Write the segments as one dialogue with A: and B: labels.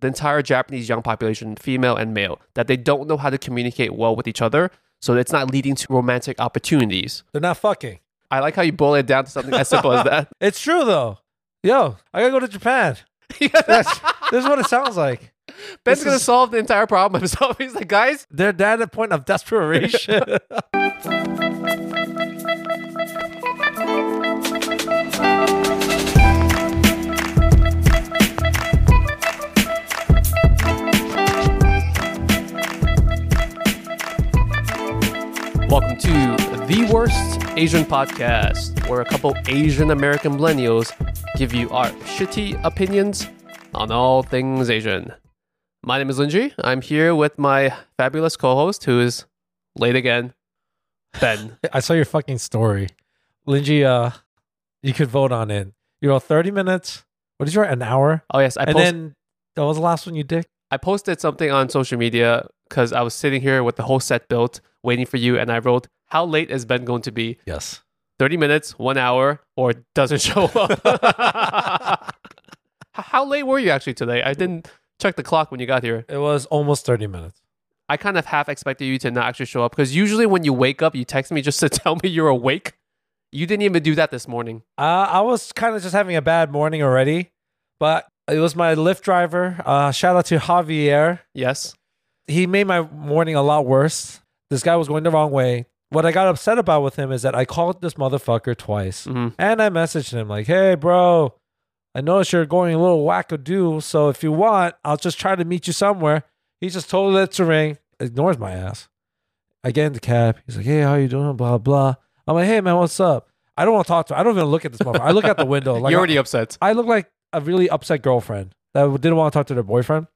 A: the entire Japanese young population, female and male, that they don't know how to communicate well with each other. So it's not leading to romantic opportunities.
B: They're not fucking.
A: I like how you boil it down to something as simple as that.
B: It's true though. Yo, I gotta go to Japan. That's, this is what it sounds like.
A: Ben's
B: This
A: gonna
B: is-
A: solve the entire problem himself. He's like, guys,
B: They're down at the point of desperation.
A: welcome to the worst Asian podcast, where a couple Asian American millennials give you our shitty opinions on all things Asian. My name is Linji. I'm here with my fabulous co-host, who is late again, Ben.
B: I saw your fucking story. Linji, uh, you could vote on it. You know, 30 minutes. What did you write? An hour?
A: oh yes, I
B: and
A: post-
B: then that was the last one you did.
A: I posted something on social media because I was sitting here with the whole set built, waiting for you, and I wrote, "How late is Ben going to be?
B: Yes.
A: 30 minutes, one hour, or doesn't show up. H- How late were you actually today? I didn't check the clock when you got here.
B: It was almost 30 minutes.
A: I kind of half expected you to not actually show up because usually when you wake up, you text me just to tell me you're awake. You didn't even do that this morning.
B: Uh, I was kind of just having a bad morning already, but it was my Lyft driver. Uh, shout out to Javier.
A: Yes.
B: He made my morning a lot worse. This guy was going the wrong way. What I got upset about with him is that I called this motherfucker twice
A: Mhm.
B: and I messaged him, like, hey, bro, I noticed you're going a little wackadoo. So if you want, I'll just try to meet you somewhere. He just totally lets it ring, ignores my ass. I get in the cab. He's like, hey, how you doing? Blah, blah. I'm like, hey, man, what's up? I don't want to talk to him. I don't even look at this motherfucker. I look out the window. Like,
A: you're already upset.
B: I look like a really upset girlfriend that didn't want to talk to their boyfriend.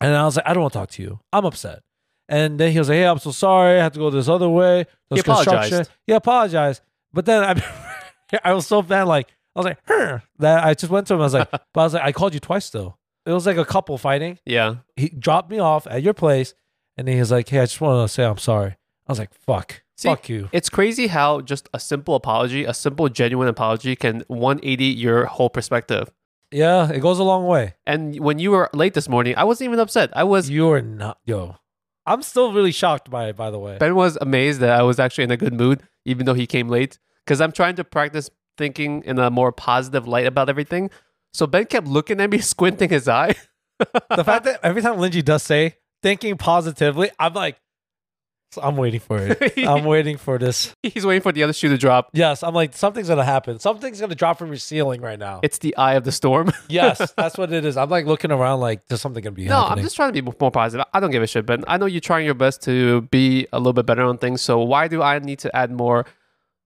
B: And I was like, I don't want to talk to you. I'm upset. And then he was like, Hey, I'm so sorry. I have to go this other way.
A: He
B: There's
A: apologized.
B: construction." He apologized. But then I, I was so bad. Like I was like, "Huh," that I just went to him. I was like, but I was like, I called you twice though. It was like a couple fighting.
A: Yeah.
B: He dropped me off at your place, and then he was like, Hey, I just want to say I'm sorry. I was like, Fuck,
A: See,
B: fuck you.
A: It's crazy how just a simple apology, a simple, genuine apology can 180 your whole perspective.
B: Yeah, it goes a long way.
A: And when you were late this morning, I wasn't even upset. I was
B: You're not, yo. I'm still really shocked by it. By the way,
A: Ben was amazed that I was actually in a good mood, even though he came late, because I'm trying to practice thinking in a more positive light about everything. So Ben kept looking at me, squinting his eye.
B: the fact that every time Linji does say thinking positively, I'm like, I'm waiting for it. I'm waiting for this.
A: He's waiting for the other shoe to drop.
B: Yes, I'm like, something's gonna happen. Something's gonna drop from your ceiling right now.
A: It's the eye of the storm.
B: yes, that's what it is. I'm like looking around, like, there's something gonna be
A: no, I'm
B: happening.
A: just trying to be more positive. I don't give a shit, Ben. I know you're trying your best to be a little bit better on things. So why do I need to add more,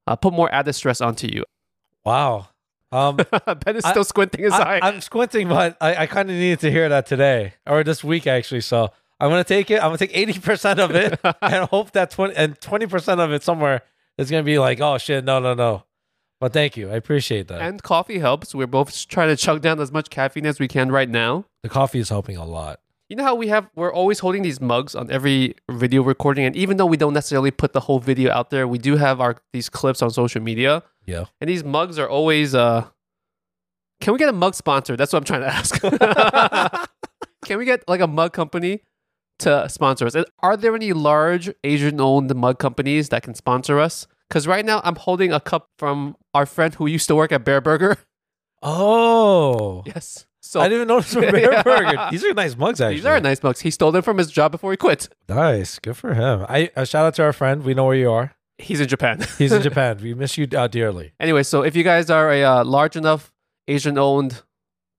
A: uh, put more added stress onto you?
B: wow. Um,
A: ben is
B: I-
A: still squinting his eye.
B: I, I'm squinting, but I, I kind of needed to hear that today or this week actually. So I'm gonna take it. I'm gonna take 80 percent of it and hope that 20 and 20 percent of it somewhere is gonna be like, oh shit, no, no, no. But thank you, I appreciate that.
A: and coffee helps. We're both trying to chug down as much caffeine as we can right now.
B: the coffee is helping a lot.
A: You know how we have we're always holding these mugs on every video recording and even though we don't necessarily put the whole video out there, we do have our these clips on social media
B: Yeah.
A: and these mugs are always uh Can we get a mug sponsor? That's what I'm trying to ask. Can we get like a mug company to sponsor us? And are there any large Asian-owned mug companies that can sponsor us? Cuz right now I'm holding a cup from our friend who used to work at Bear Burger.
B: Oh.
A: Yes.
B: I
A: So
B: didn't even notice from Bear
A: Yeah.
B: Burger. These are nice mugs, actually.
A: these are nice mugs. He stole them from his job before he quit.
B: nice. Good for him. I a shout out to our friend. We know where you are.
A: He's in Japan.
B: He's in Japan. We miss you uh, dearly.
A: Anyway, so if you guys are a uh, large enough Asian owned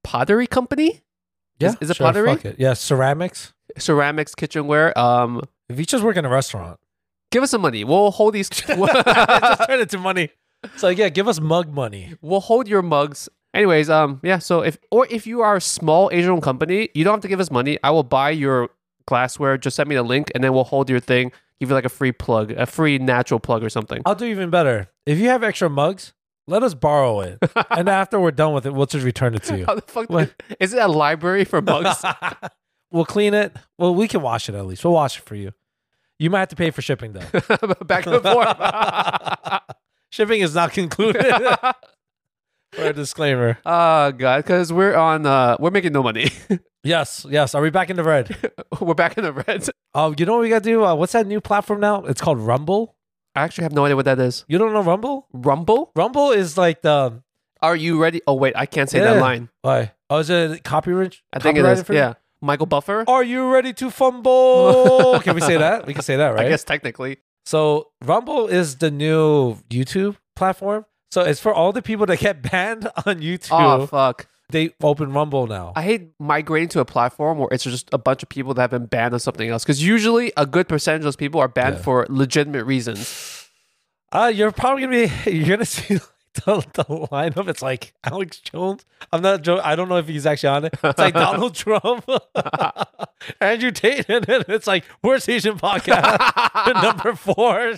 A: pottery company, Is- is it
B: sure,
A: pottery?
B: fuck it. Yeah, ceramics.
A: ceramics, kitchenware, um,
B: If you just work in a restaurant,
A: give us some money. We'll hold these.
B: I just turned it to money. It's like, yeah, give us mug money.
A: we'll hold your mugs. Anyways, um, yeah. So if or if you are a small Asian owned company, you don't have to give us money. I will buy your glassware. Just send me the link, and then we'll hold your thing. Give you like a free plug, a free natural plug or something.
B: I'll do even better. If you have extra mugs, let us borrow it. and after we're done with it, we'll just return it to you.
A: How the fuck
B: What?
A: is it a library for mugs?
B: we'll clean it. Well, we can wash it at least. We'll wash it for you. You might have to pay for shipping though.
A: Back and forth.
B: Shipping is not concluded. for a disclaimer.
A: Ah, God, because we're on, uh, we're making no money.
B: Yes, yes. Are we back in the red?
A: we're back in the red.
B: Oh, you know what we gotta do? Uh, what's that new platform now? It's called Rumble.
A: I actually have no idea what that is.
B: You don't know Rumble?
A: Rumble?
B: Rumble is like the
A: Are you ready? Oh, wait, I can't say that
B: Yeah.
A: line.
B: why? Oh, is it copyright?
A: I think it
B: copyrighted
A: is.
B: for- Oh,
A: Yeah. Michael Buffer?
B: Are you ready to fumble? can we say that? We can say that, right?
A: I guess technically.
B: So Rumble is the new YouTube platform. So it's for all the people that get banned on YouTube.
A: Oh, fuck.
B: they open Rumble now.
A: I hate migrating to a platform where it's just a bunch of people that have been banned on something else. Because usually a good percentage of those people are banned
B: Yeah.
A: for legitimate reasons.
B: Uh, you're probably gonna be you're gonna see like, the, the lineup. It's like Alex Jones. I'm not joking. I don't know if he's actually on it. It's like Donald Trump, Andrew Tate, and then it's like worst Asian podcast number four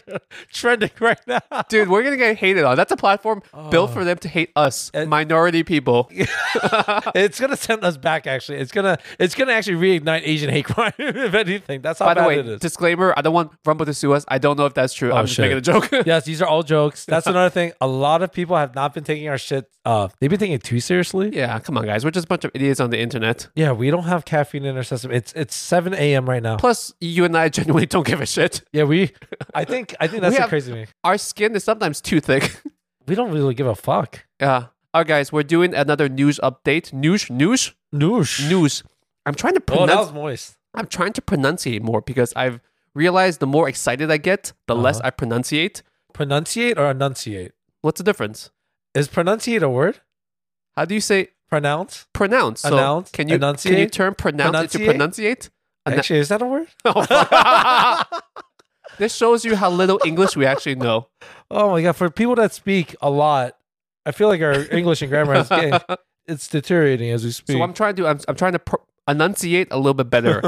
B: trending right now.
A: Dude, we're going to get hated on. That's a platform
B: Oh.
A: built for them to hate us, minority people.
B: It's gonna send us back. Actually, it's gonna it's gonna actually reignite Asian hate crime. if anything, that's how
A: By
B: bad
A: the way,
B: it is. Oh,
A: disclaimer I don't want Rumble to sue us. I don't know if that's true. I'm just
B: shit.
A: making a joke.
B: yes, these are all jokes. That's another thing. A lot of people have not been taking our shit. Uh, they've been taking it too seriously.
A: yeah, come on, guys. We're just a bunch of idiots on the internet.
B: Yeah, we don't have caffeine in our system. It's it's seven a.m. right now.
A: Plus, you and I genuinely don't give a shit.
B: Yeah, we. I think I think that's
A: We
B: the
A: have-
B: crazy thing.
A: Our skin is sometimes too thick.
B: We don't really give a fuck.
A: Yeah. All right, guys, we're doing another news update. News, news,
B: Noosh.
A: news. I'm trying to
B: Oh,
A: pronounce.
B: that was moist.
A: I'm trying to pronunciate more because I've realized the more excited I get, the less
B: Uh-huh.
A: I pronunciate.
B: Pronunciate or enunciate?
A: What's the difference?
B: Is pronunciate a word?
A: How do you say
B: Pronounce?
A: pronounce? So
B: Announce,
A: can you can you
B: enunciate,
A: turn pronounce into
B: pronunciate.
A: pronunciate? Anno-
B: Actually, is that a word?
A: Oh, fuck. this shows you how little English we actually know.
B: Oh my god! For people that speak a lot, I feel like our English and grammar is getting, it's deteriorating as we speak.
A: So I'm trying to I'm, I'm trying to pro- enunciate a little bit better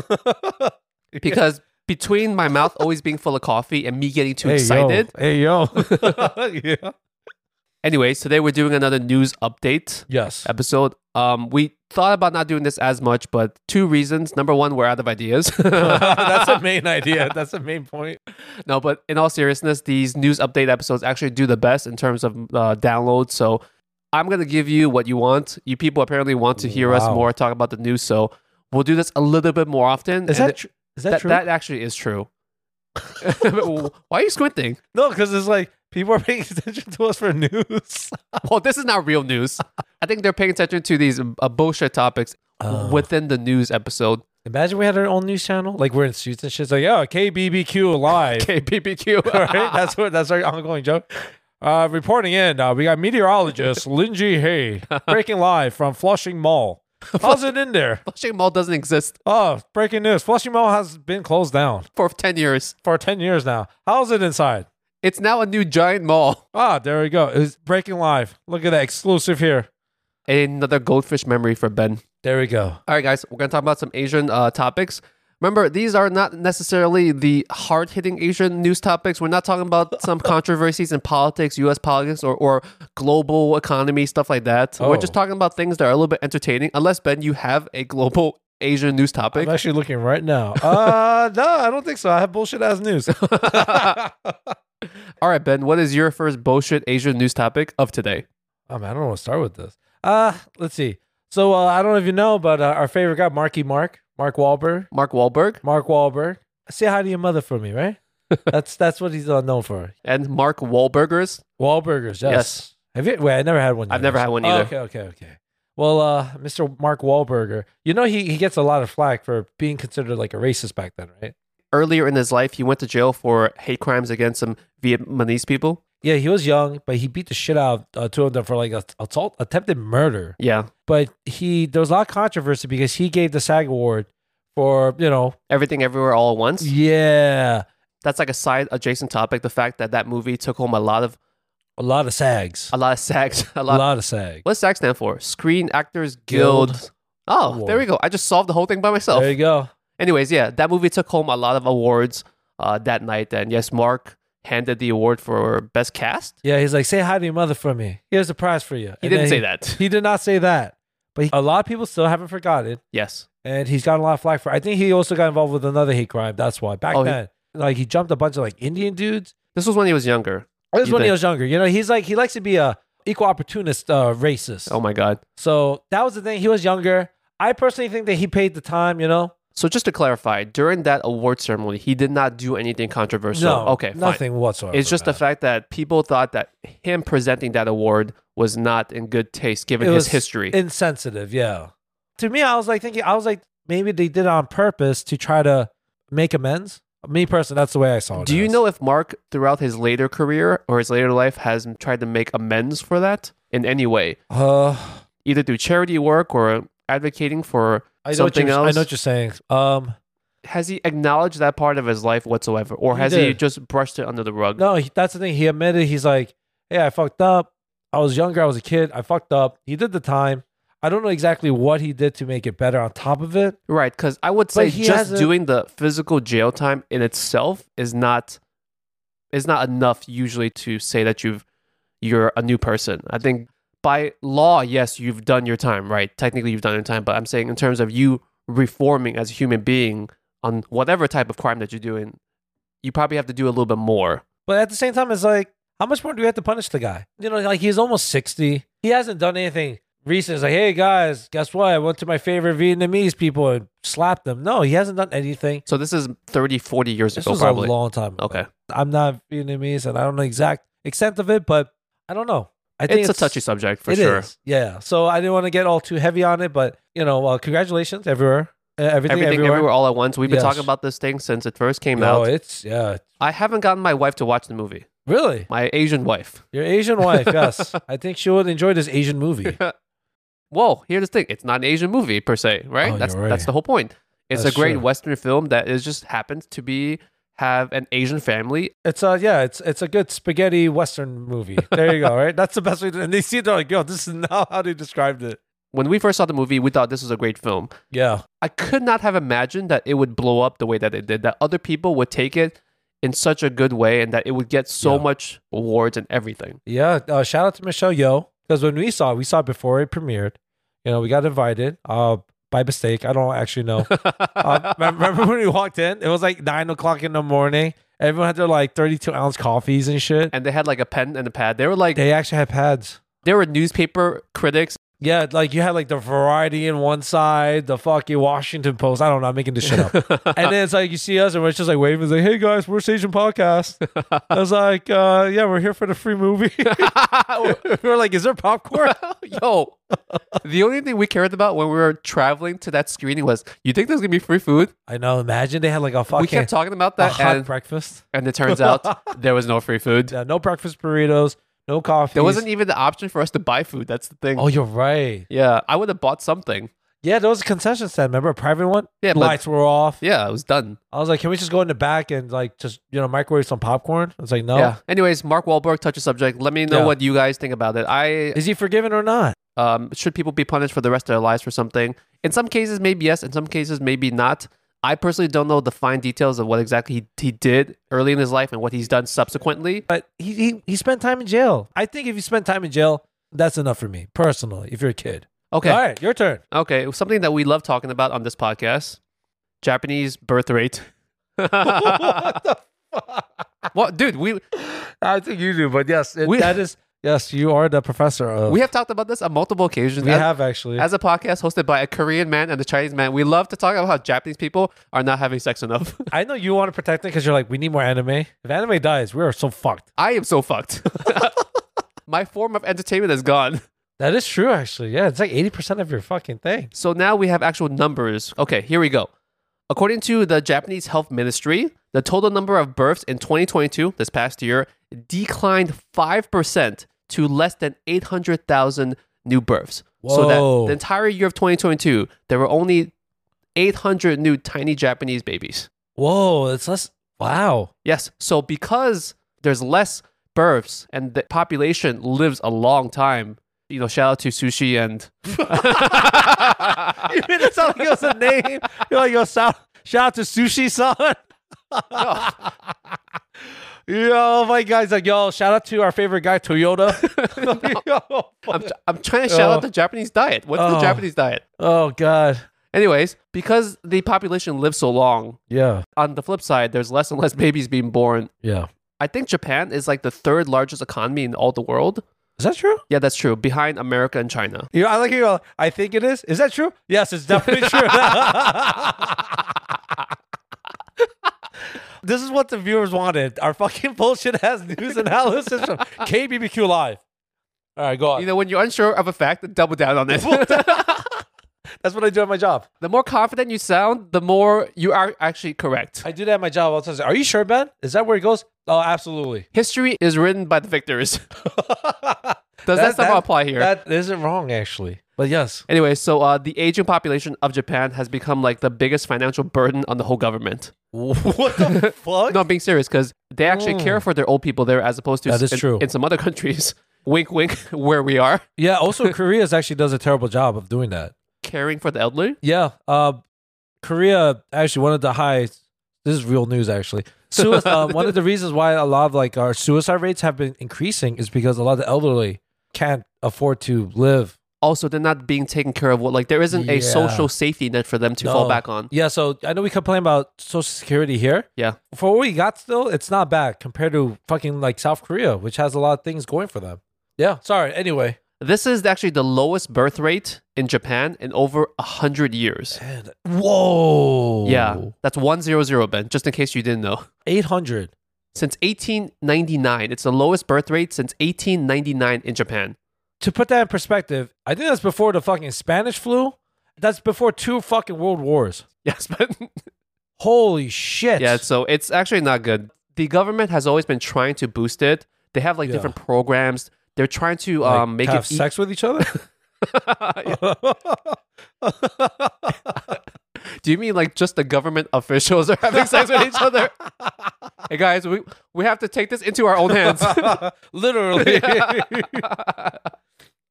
A: because between my mouth always being full of coffee and me getting too
B: Hey, yo.
A: excited.
B: Hey yo. yeah.
A: Anyways, today we're doing another news update
B: Yes.
A: episode. Um, we thought about not doing this as much, but two reasons. Number one, we're out of ideas.
B: That's the main idea. That's the main point.
A: no, but in all seriousness, these news update episodes actually do the best in terms of uh, downloads. So I'm gonna give you what you want. You people apparently want to hear us
B: Wow.
A: more talk about the news, so we'll do this a little bit more often.
B: Is
A: and
B: that,
A: it-
B: tr- is that,
A: that,
B: true?
A: that actually is true. Why are you squinting?
B: no, because it's like people are paying attention to us for news.
A: Well, this is not real news. I think they're paying attention to these uh, bullshit topics
B: Oh.
A: within the news episode.
B: Imagine we had our own news channel, like we're in suits and shit. It's like, oh, KBBQ live,
A: KBBQ.
B: right? That's what that's our ongoing joke. Uh, reporting in, uh, we got meteorologist Linji Hay breaking live from Flushing Mall. How's it in there?
A: Flushing Mall doesn't exist
B: Oh, breaking news! Flushing Mall has been closed down
A: for 10 years.
B: for ten years now. How's it inside?
A: It's now a new giant mall.
B: Ah, there we go. It's breaking live. Look at that exclusive here.
A: Another goldfish memory for Ben.
B: There we go.
A: All right, guys, we're going to talk about some Asian uh, topics. Remember, these are not necessarily the hard hitting Asian news topics. We're not talking about some controversies in politics, US politics, or, or global economy, stuff like that. We're
B: Oh.
A: just talking about things that are a little bit entertaining, unless, Ben, you have a global Asian news topic.
B: I'm actually looking right now. Uh, no, I don't think so. I have bullshit ass news.
A: All right, Ben, what is your first bullshit Asian news topic of today?
B: Oh man, I don't want to start with this. Uh let's see. So uh, I don't know if you know, but uh, our favorite guy, Marky Mark, Mark Wahlberg,
A: Mark Wahlberg
B: Mark Wahlberg. Say hi to your mother for me, right? that's that's what he's uh, known for.
A: and Mark Wahlburgers.
B: Wahlburgers, yes.
A: Yes.
B: Have you? Wait, I never had one.
A: I've never had one
B: Oh,
A: either.
B: okay, okay, okay. Well, uh, Mr. Mark Wahlberger, you know he he gets a lot of flack for being considered like a racist back then, right?
A: Earlier in his life, he went to jail for hate crimes against some Vietnamese people.
B: Yeah, he was young, but he beat the shit out of uh, two of them for like assault, attempted murder.
A: Yeah,
B: But he there was a lot of controversy because he gave the SAG award for you know
A: everything, everywhere, all at once.
B: Yeah,
A: That's like a side adjacent topic. The fact that that movie took home a lot of
B: a lot of sags.
A: a lot of SAGs. A
B: A
A: lot.
B: lot, of sags.
A: What's SAG stand for? Screen Actors Guild.
B: Guild
A: Oh, there
B: Award.
A: we go. I just solved the whole thing by myself.
B: There you go.
A: Anyways, yeah, that movie took home a lot of awards uh, that night. And yes, Mark handed the award for best cast.
B: Yeah, he's like, say hi to your mother for me. Here's a prize for you.
A: He
B: And
A: didn't
B: then
A: say that.
B: He did not say that, but he, a lot of people still haven't forgotten,
A: Yes.
B: and he's got a lot of flack for. I think he also got involved with another hate crime. That's why back
A: Oh, he-
B: then, like he jumped a bunch of like Indian dudes.
A: This was when he was younger.
B: This is
A: You
B: when
A: think-
B: he was younger. You know, he's like he likes to be a equal opportunist uh, racist.
A: Oh my god.
B: So that was the thing. He was younger. I personally think that he paid the time. You know,
A: So just to clarify, during that award ceremony, he did not do anything controversial.
B: no,
A: okay, fine.
B: nothing whatsoever.
A: It's just the
B: man.
A: fact that people thought that him presenting that award was not in good taste given
B: It
A: his
B: was
A: history.
B: insensitive. Yeah, to me, I was like thinking, I was like, maybe they did it on purpose to try to make amends. Me personally, that's the way I saw it.
A: Do you
B: as.
A: know if Mark, throughout his later career or his later life, has tried to make amends for that in any way,
B: Uh,
A: either through charity work or advocating for
B: I know
A: something
B: what you're- I
A: else?
B: know what you're saying. Um,
A: Has he acknowledged that part of his life whatsoever, or
B: He
A: has he
B: did.
A: just brushed it under the rug?
B: no, he, that's the thing. He admitted he's like, "Yeah, I fucked up. I was younger. I was a kid. I fucked up. He did the time. I don't know exactly what he did to make it better. On top of it,
A: Right, because I would say
B: But he
A: just
B: hasn't-
A: doing the physical jail time in itself is not is not enough usually to say that you've you're a new person. I think by law, yes, you've done your time, right? Technically, you've done your time, but I'm saying in terms of you reforming as a human being on whatever type of crime that you're doing, you probably have to do a little bit more.
B: But at the same time, it's like, how much more do we have to punish the guy? You know, like he's almost 60. He hasn't done anything recent. It's like, hey guys, guess what? I went to my favorite Vietnamese people and slapped them. No, he hasn't done anything.
A: So this is 30, 40 years
B: This
A: ago,
B: was
A: probably.
B: a long time. ago.
A: okay,
B: I'm not Vietnamese and I don't know exact extent of it, but I don't know. I think
A: it's, a touchy subject for
B: it
A: sure.
B: is. Yeah. So I didn't want to get all too heavy on it, but you know, uh, congratulations everywhere. Uh, everything,
A: Everything, everywhere.
B: everywhere.
A: all at once. We've been
B: Yes.
A: talking about this thing since it first came
B: No,
A: out.
B: it's yeah.
A: I haven't gotten my wife to watch the movie.
B: Really?
A: My Asian wife.
B: Your Asian wife, yes. I think she would enjoy this Asian movie.
A: Whoa, here's the thing. It's not an Asian movie per se, right?
B: Oh,
A: that's
B: you're right.
A: that's the whole point. It's a
B: That's
A: great
B: true.
A: Western film that is just happens to be have an Asian family.
B: It's a yeah, it's it's a good spaghetti western movie. There you go, right? That's the best way. To, and they see it, they're like, yo, this is not how they described it.
A: When we first saw the movie, we thought this was a great film.
B: Yeah,
A: I could not have imagined that it would blow up the way that it did. That other people would take it in such a good way, and that it would get so
B: Yeah.
A: much awards and everything.
B: yeah. Uh, shout out to Michelle Yo because when we saw, it, we saw it before it premiered. You know, we got invited uh, by mistake. I don't actually know. Uh, remember, remember when we walked in? It was like nine o'clock in the morning. Everyone had their like thirty-two ounce coffees and shit.
A: and they had like a pen and a pad. They were like
B: They actually had pads.
A: they were newspaper critics.
B: Yeah, like you had like the Variety in one side, the fucking Washington Post. I don't know. I'm making this shit up. and then it's like you see us and we're just like waving, it's like, "Hey guys, we're Station Podcast." I was like, uh, "Yeah, we're here for the free movie." we're like, "Is there popcorn?"
A: Yo, the only thing we cared about when we were traveling to that screening was, you think there's gonna be free food?
B: I know. Imagine they had like a
A: we
B: fucking
A: kept talking about
B: a
A: that,
B: hot
A: and,
B: breakfast.
A: and it turns out there was no free food.
B: Yeah, no breakfast burritos, no coffee.
A: There wasn't even the option for us to buy food. That's the thing.
B: Oh, you're right.
A: Yeah, I would have bought something.
B: Yeah, there was a concession stand. Remember a private one?
A: Yeah, but-
B: Lights were off.
A: Yeah, it was done.
B: I was like, "Can we just go in the back and like just you know microwave some popcorn?" I was like, "No."
A: Yeah. Anyways, Mark Wahlberg touched a subject. Let me know
B: Oh. Yeah.
A: what you guys think about it. I
B: Is he forgiven or not?
A: um, should people be punished for the rest of their lives for something? In some cases, maybe yes. In some cases, maybe not. I personally don't know the fine details of what exactly he, he did early in his life and what he's done subsequently.
B: But he, he he spent time in jail. I think if you spend time in jail, that's enough for me personally. If you're a kid,
A: Okay.
B: All right, your turn.
A: Okay, something that we love talking about on this podcast: Japanese birth rate.
B: what the fuck?
A: well, dude, we
B: I think you do, but yes, it,
A: We-
B: that is yes. You are the professor of.
A: we have talked about this on multiple occasions.
B: we
A: as,
B: have actually.
A: as a podcast hosted by a Korean man and a Chinese man. We love to talk about how Japanese people are not having sex enough.
B: I know you want to protect it because you're like, we need more anime. If anime dies, we are so fucked.
A: I am so fucked. My form of entertainment is gone.
B: That is true, actually. Yeah, it's like eighty percent of your fucking thing.
A: So now we have actual numbers. Okay, here we go. According to the Japanese Health Ministry, the total number of births in 2022, this past year, declined 5% to less than 800,000 new births. So that
B: Whoa.
A: the entire year of 2022, there were only 800 new tiny Japanese babies.
B: Whoa, it's less. Wow.
A: Yes. So because there's less births and the population lives a long time, you know, shout out to Sushi and.
B: you made it sound like it was a name. You're like, yo, shout, shout out to Sushi San. yo, my guy's like, yo, shout out to our favorite guy, Toyota. Yo.
A: I'm, tr- I'm trying to shout out
B: Oh.
A: the Japanese diet. What's the
B: Oh.
A: Japanese diet?
B: Oh, God.
A: Anyways, because the population lives so long,
B: Yeah.
A: on the flip side, there's less and less babies being born.
B: Yeah.
A: I think Japan is like the third largest economy in all the world.
B: Is that true?
A: Yeah, that's true. Behind America and China.
B: You, I like you. go, I think it is. Is that true? Yes, it's definitely true. this is what the viewers wanted. Our fucking bullshit has news analysis from KBBQ Live. All right, go on.
A: You know, when you're unsure of a fact, double down on it.
B: That's what I do at my job.
A: the more confident you sound, the more you are actually correct.
B: I do that at my job all the time. I say, Are you sure, Ben? Is that where it goes? Oh, absolutely.
A: History is written by the victors. Does that,
B: That-
A: somehow
B: that-
A: apply here?
B: That isn't wrong, actually. But yes.
A: Anyway, so uh, the aging population of Japan has become like the biggest financial burden on the whole government.
B: What the fuck?
A: No, I'm being serious because they actually care for their old people there as opposed to
B: Oh. That is
A: in,
B: true.
A: in some other countries. Wink, wink, where we are
B: Yeah, also, Korea actually does a terrible job of doing that.
A: caring for the elderly.
B: Yeah. Uh, Korea actually one of the highest. This is real news actually. Sui- um, one of the reasons why a lot of like our suicide rates have been increasing is because a lot of the elderly can't afford to live.
A: Also, they're not being taken care of. Well, Like, there isn't a
B: Yeah.
A: social safety net for them to fall
B: No.
A: back on.
B: Yeah, so I know we complain about social security here.
A: Yeah.
B: For what we got still, it's not bad compared to fucking like South Korea, which has a lot of things going for them. Yeah. Sorry. Anyway.
A: This is actually the lowest birth rate in Japan in over 100 years.
B: And- whoa.
A: Yeah, that's 100, Ben, just in case you didn't know.
B: Eight hundred.
A: Since 1899, it's the lowest birth rate since 1899 in Japan.
B: to put that in perspective, I think that's before the fucking Spanish flu. That's before two fucking world wars.
A: Yes, but
B: Holy shit.
A: yeah, so it's actually not good. The government has always been trying to boost it. They have like
B: Yeah.
A: different programs. They're trying to
B: Like,
A: um, make
B: have
A: it e-
B: sex with each other.
A: Do you mean like just the government officials are having sex with each other? hey guys, we we have to take this into our own hands.
B: Literally.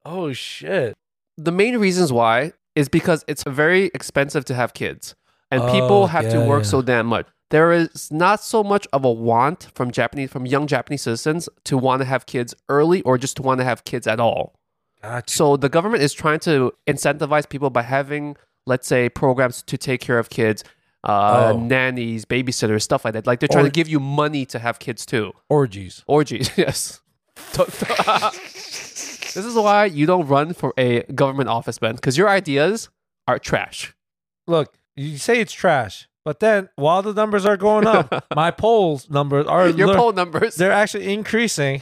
B: oh shit.
A: the main reasons why is because it's very expensive to have kids and people
B: Oh,
A: have to
B: yeah,
A: work
B: yeah.
A: so damn much there is not so much of a want from japanese from young japanese citizens to want to have kids early or just to want to have kids at all
B: Gotcha.
A: so the government is trying to incentivize people by having let's say programs to take care of kids uh,
B: Oh.
A: nannies babysitters stuff like that like they're trying
B: Or-
A: to give you money to have kids too
B: Orgies.
A: orgies yes this is why you don't run for a government office ben because your ideas are trash
B: Look, you say it's trash, but then while the numbers are going up, my polls numbers are
A: your
B: lear-
A: poll numbers
B: they're actually increasing.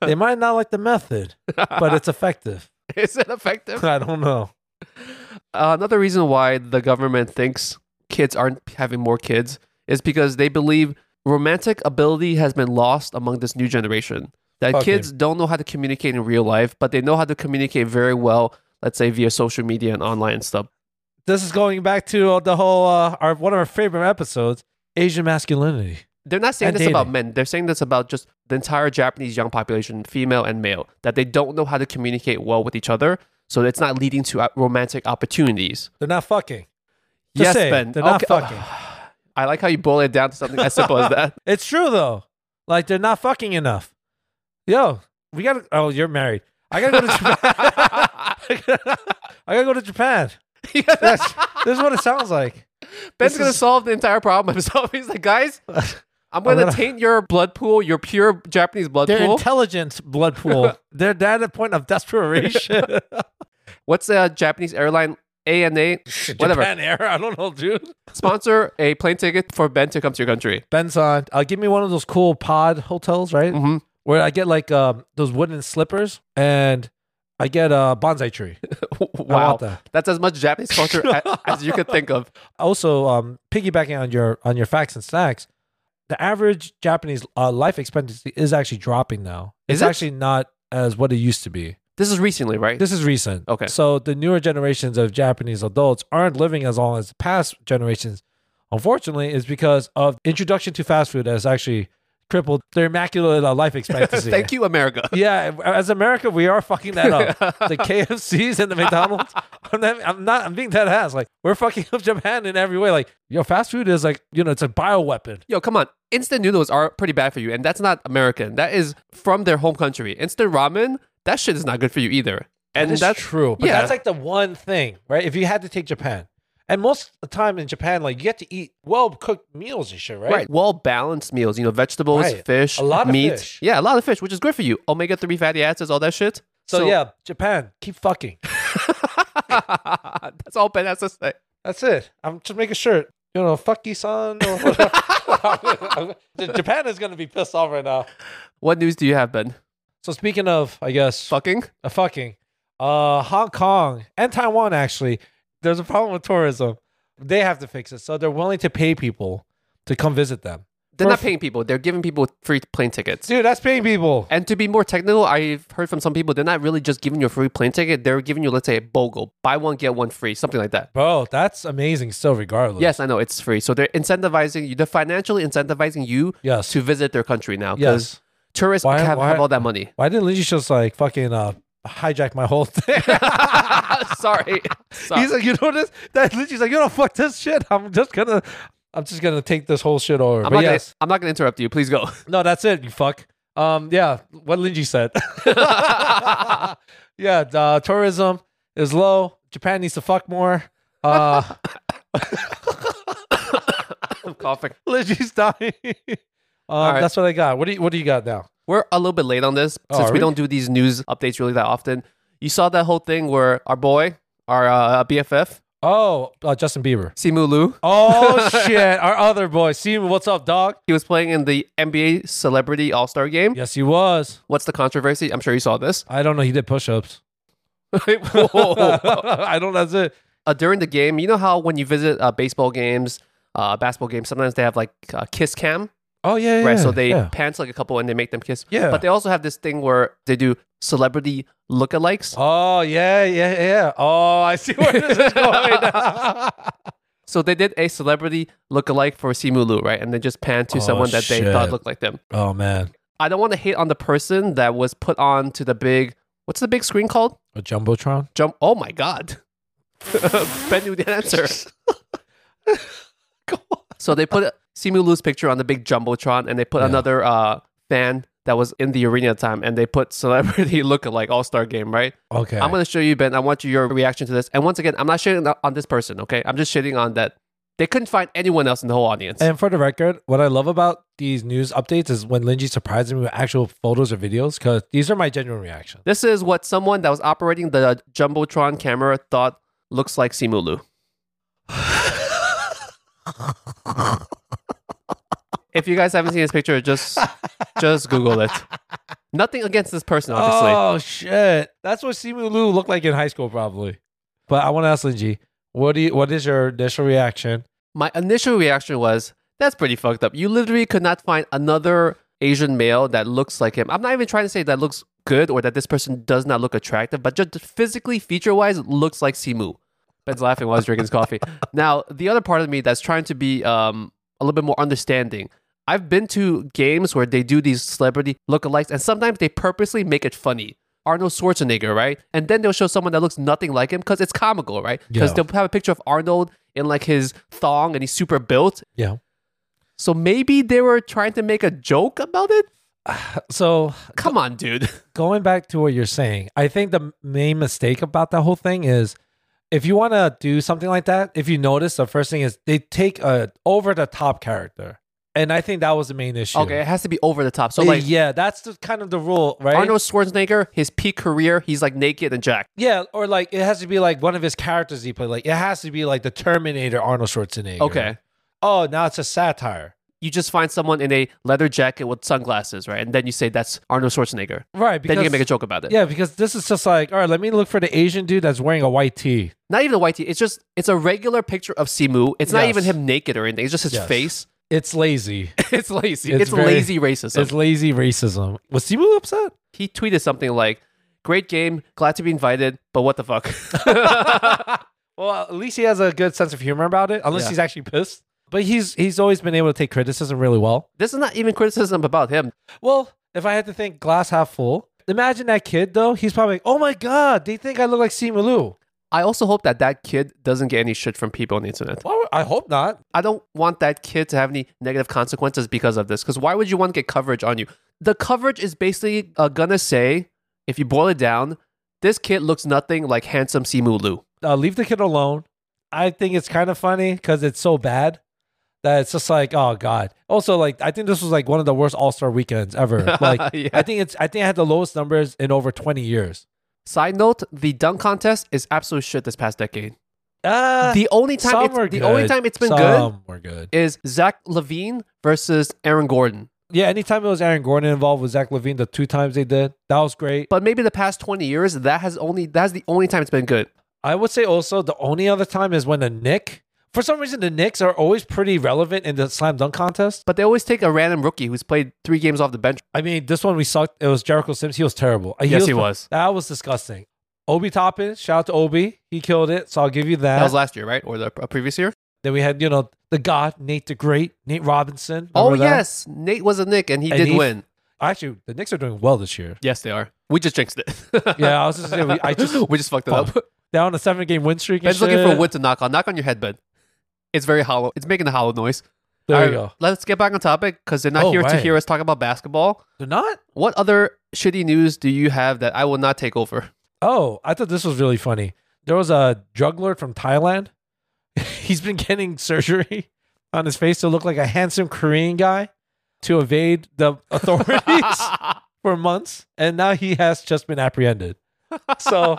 B: they might not like the method, but it's effective.
A: is it effective
B: I don't know.
A: Uh, another reason why the government thinks kids aren't having more kids is because they believe romantic ability has been lost among this new generation that
B: Okay.
A: kids don't know how to communicate in real life but they know how to communicate very well let's say via social media and online stuff
B: this is going back to uh, the whole uh, our one of our favorite episodes, Asian masculinity.
A: They're not saying
B: And
A: this about
B: dating.
A: men. They're saying this about just the entire Japanese young population, female and male, that they don't know how to communicate well with each other. So it's not leading to uh, romantic opportunities.
B: They're not fucking. Just
A: yes,
B: say it.
A: Ben.
B: They're not
A: Okay.
B: fucking.
A: I like how you boil it down to something as simple as that.
B: It's true though. Like they're not fucking enough. Yo, we gotta. Oh, you're married. I gotta go to Japan. I gotta go to Japan. That's, this is what it sounds like.
A: Ben's
B: This
A: gonna
B: is-
A: solve the entire problem himself. He's like, guys, I'm gonna,
B: gonna-
A: taint your blood pool, your pure Japanese blood
B: They're
A: pool.
B: intelligent blood pool. they're they're at a point of desperation.
A: What's a Japanese airline? ANA, whatever.
B: Japan Air. I don't know, dude.
A: Sponsor a plane ticket for Ben to come to your country.
B: Ben's on. Uh, give me one of those cool pod hotels, right?
A: Mhm.
B: Where I get like um, those wooden slippers and I get a bonsai tree.
A: wow.
B: that.
A: That's as much Japanese culture a- as you could think of.
B: Also, um, piggybacking on your on your facts and snacks, the average Japanese uh, life expectancy is actually dropping now.
A: Is
B: It's
A: it?
B: actually not as what it used to be.
A: This is recently, right?
B: This is recent.
A: Okay.
B: So the newer generations of Japanese adults aren't living as long as the past generations. Unfortunately, is because of introduction to fast food has actually crippled their immaculate uh, life expectancy.
A: Thank you, America.
B: Yeah, as America, we are fucking that up. the KFCs and the McDonald's. I'm not, I'm not. I'm being dead ass. Like we're fucking up Japan in every way. Like yo, fast food is like you know, it's a bioweapon.
A: Yo, come on. Instant noodles are pretty bad for you, and that's not American. That is from their home country. Instant ramen, that shit is not good for you either. And that's
B: true. But
A: yeah.
B: that's like the one thing, right? If you had to take Japan, And most of the time in Japan, like you get to eat well cooked meals and shit, right?
A: Right. Well balanced meals, you know, vegetables,
B: Right.
A: fish,
B: A lot of
A: meat.
B: fish.
A: Yeah, a lot of fish, which is good for you. Omega 3 fatty acids, all that shit.
B: So, yeah, Japan, keep fucking.
A: that's all Ben has to say.
B: That's it. I'm just making sure. You know, fuck you, son. or whatever. Japan is gonna be pissed off right now.
A: What news do you have, Ben?
B: So speaking of, I guess
A: Fucking?
B: a fucking uh Hong Kong and Taiwan actually there's a problem with tourism. They have to fix it. So they're willing to pay people to come visit them.
A: They're not
B: Perf-
A: paying people. They're giving people free plane tickets.
B: Dude, that's paying people.
A: And to be more technical, I've heard from some people they're not really just giving you a free plane ticket. They're giving you, let's say, a BOGO, buy one get one free, something like that.
B: Bro, that's amazing still regardless.
A: Yes, I know it's free. So they're incentivizing you. They're financially incentivizing you
B: Yes.
A: to visit their country now because
B: Yes.
A: tourists
B: Why-
A: have,
B: why-
A: have all that money.
B: Why didn't Lee just like fucking uh hijack my whole thing?
A: Sorry. Sorry.
B: He's like, you know this? That Luigi's like, you know, fuck this shit. I'm just gonna, I'm just gonna take this whole shit over.
A: I'm
B: but
A: not,
B: yes,
A: gonna, I'm not gonna interrupt you. Please go.
B: no, that's it. You fuck. Um, yeah, what Linji said. yeah, uh, tourism is low. Japan needs to fuck more. Uh,
A: I'm coughing.
B: Linji's dying. um,
A: right.
B: That's what I got. What do you What do you got now?
A: We're a little bit late on this
B: Oh,
A: since
B: are
A: we
B: we?
A: don't do these news updates really that often. You saw that whole thing where our boy, our uh, BFF,
B: Oh, uh, Justin Bieber.
A: Simu Liu,
B: Oh shit! Our other boy, see what's up, dog?
A: he was playing in the NBA Celebrity All Star Game.
B: Yes, he was.
A: What's the controversy? I'm sure you saw this.
B: I don't know. He did push-ups. Oh.
A: Whoa.
B: I don't. That's it.
A: uh, during the game, you know how when you visit uh, baseball games, uh, basketball games, sometimes they have like uh, kiss cam,
B: Oh yeah, yeah
A: right? So
B: yeah,
A: they
B: yeah.
A: pants like a couple and they make them kiss.
B: Yeah.
A: But they also have this thing where they do celebrity lookalikes.
B: Oh yeah, yeah, yeah. Oh, I see where this is going.
A: So they did a celebrity lookalike for Simu Liu, right? And they just panned to
B: Oh,
A: someone that they
B: shit.
A: thought looked like them.
B: oh man,
A: I don't want to hate on the person that was put on to the big, what's the big screen called?
B: a jumbotron.
A: Jump. Oh my God. ben knew the answer. So they put Simu Liu's picture on the big jumbotron, and they put
B: Yeah.
A: another uh, fan that was in the arena at the time, and they put celebrity lookalike All Star Game. Right?
B: Okay.
A: I'm gonna show you, Ben. I want you your reaction to this. And once again, I'm not shitting on this person. Okay, I'm just shitting on that they couldn't find anyone else in the whole audience.
B: and for the record, what I love about these news updates is when Linji surprises me with actual photos or videos because these are my genuine reactions.
A: this is what someone that was operating the jumbotron camera thought looks like Simu Liu. if you guys haven't seen this picture, just just Google it. Nothing against this person, obviously.
B: Oh shit, that's what Simu Liu looked like in high school, probably. But I want to ask Linji, what do you, what is your initial reaction?
A: My initial reaction was, that's pretty fucked up. You literally could not find another Asian male that looks like him. I'm not even trying to say that looks good or that this person does not look attractive, but just physically, feature wise, looks like Simu. Ben's laughing while he's drinking his coffee. Now, the other part of me that's trying to be um, a little bit more understanding. I've been to games where they do these celebrity lookalikes, and sometimes they purposely make it funny. Arnold Schwarzenegger, right? And then they'll show someone that looks nothing like him because it's comical, right? Because
B: Yeah.
A: they'll have a picture of Arnold in like his thong and he's super built.
B: Yeah.
A: So maybe they were trying to make a joke about it?
B: So
A: Come on, dude.
B: going back to what you're saying, I think the main mistake about that whole thing is if you want to do something like that, if you notice, the first thing is they take a over the top character, and I think that was the main issue.
A: Okay, it has to be over the top. So
B: Yeah,
A: like
B: yeah, that's the kind of the rule, right?
A: Arnold Schwarzenegger, his peak career, he's like naked and jacked.
B: yeah, or like it has to be like one of his characters he played. Like it has to be like the Terminator Arnold Schwarzenegger.
A: Okay.
B: Oh, now it's a satire.
A: You just find someone in a leather jacket with sunglasses, right? And then you say that's Arnold Schwarzenegger.
B: Right. Because,
A: then you can make a joke about it.
B: Yeah, because this is just like, all right, let me look for the Asian dude that's wearing a white tee.
A: Not even a white tee. It's just it's a regular picture of Simu. It's not
B: Yes.
A: even him naked or anything. It's just his
B: Yes.
A: face.
B: It's lazy.
A: it's lazy. It's,
B: It's very-
A: lazy racism.
B: it's lazy racism. Was Simu upset?
A: he tweeted something like, "Great game, glad to be invited, but what the fuck."
B: Well, at least he has a good sense of humor about it, unless
A: Yeah.
B: he's actually pissed. But he's he's always been able to take criticism really well.
A: this is not even criticism about him.
B: Well, if I had to think glass half full, imagine that kid though. He's probably like, oh my god, they think I look like Simu Liu.
A: I also hope that that kid doesn't get any shit from people on the internet.
B: Well, I hope not.
A: I don't want that kid to have any negative consequences because of this. Because why would you want to get coverage on you? The coverage is basically uh, gonna say, if you boil it down, this kid looks nothing like handsome Simu Liu.
B: Uh, leave the kid alone. I think it's kind of funny because it's so bad that it's just like, oh god. Also, like I think this was like one of the worst All Star weekends ever. Like
A: Yeah.
B: I think it's I think I had the lowest numbers in over twenty years.
A: Side note: the dunk contest is absolute shit this past decade.
B: Uh,
A: The only time it's, the only time it's been good
B: Some were good.
A: is Zach Levine versus Aaron Gordon.
B: Yeah, anytime it was Aaron Gordon involved with Zach Levine, the two times they did, that was great.
A: But maybe the past twenty years, that has only that's the only time it's been good.
B: I would say also the only other time is when the Nick, for some reason, the Knicks are always pretty relevant in the slam dunk contest.
A: But they always take a random rookie who's played three games off the bench.
B: I mean, this one we sucked. It was Jericho Sims. He was terrible.
A: Yes, he was.
B: That was disgusting. Obi Toppin, shout out to Obi. He killed it. So I'll give you that.
A: That was last year, right, or the uh, previous year?
B: then we had, you know, the God, Nate the Great, Nate Robinson.
A: Oh
B: Remember that?
A: yes, Nate was a Nick, and he
B: And
A: did
B: he-
A: win.
B: Actually, the Knicks are doing well this year.
A: Yes, they are. We just jinxed it.
B: Yeah, I was just saying, we- I just-
A: we just fucked it up.
B: They're on a seven game win streak. and
A: Ben's looking for
B: shit.
A: wood to knock on. Knock on your head, Ben. It's very hollow. It's making a hollow noise.
B: There
A: All
B: you
A: right,
B: go.
A: Let's get back on topic because they're not
B: Oh,
A: here to
B: right.
A: hear us talk about basketball.
B: They're not?
A: What other shitty news do you have that I will not take over?
B: Oh, I thought this was really funny. There was a drug lord from Thailand. He's been getting surgery on his face to look like a handsome Korean guy to evade the authorities for months. And now he has just been apprehended. So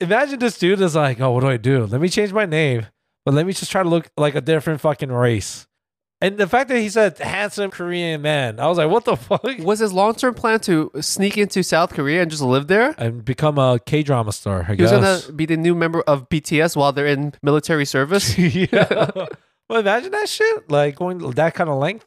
B: imagine this dude is like, oh, what do I do? Let me change my name, but let me just try to look like a different fucking race. And the fact that he said handsome Korean man, I was like, what the fuck?
A: Was his long term plan to sneak into South Korea and just live there?
B: And become a K drama star, I
A: He was
B: guess.
A: gonna be the new member of BTS while they're in military service.
B: yeah. well, imagine that shit. Like going that kind of length.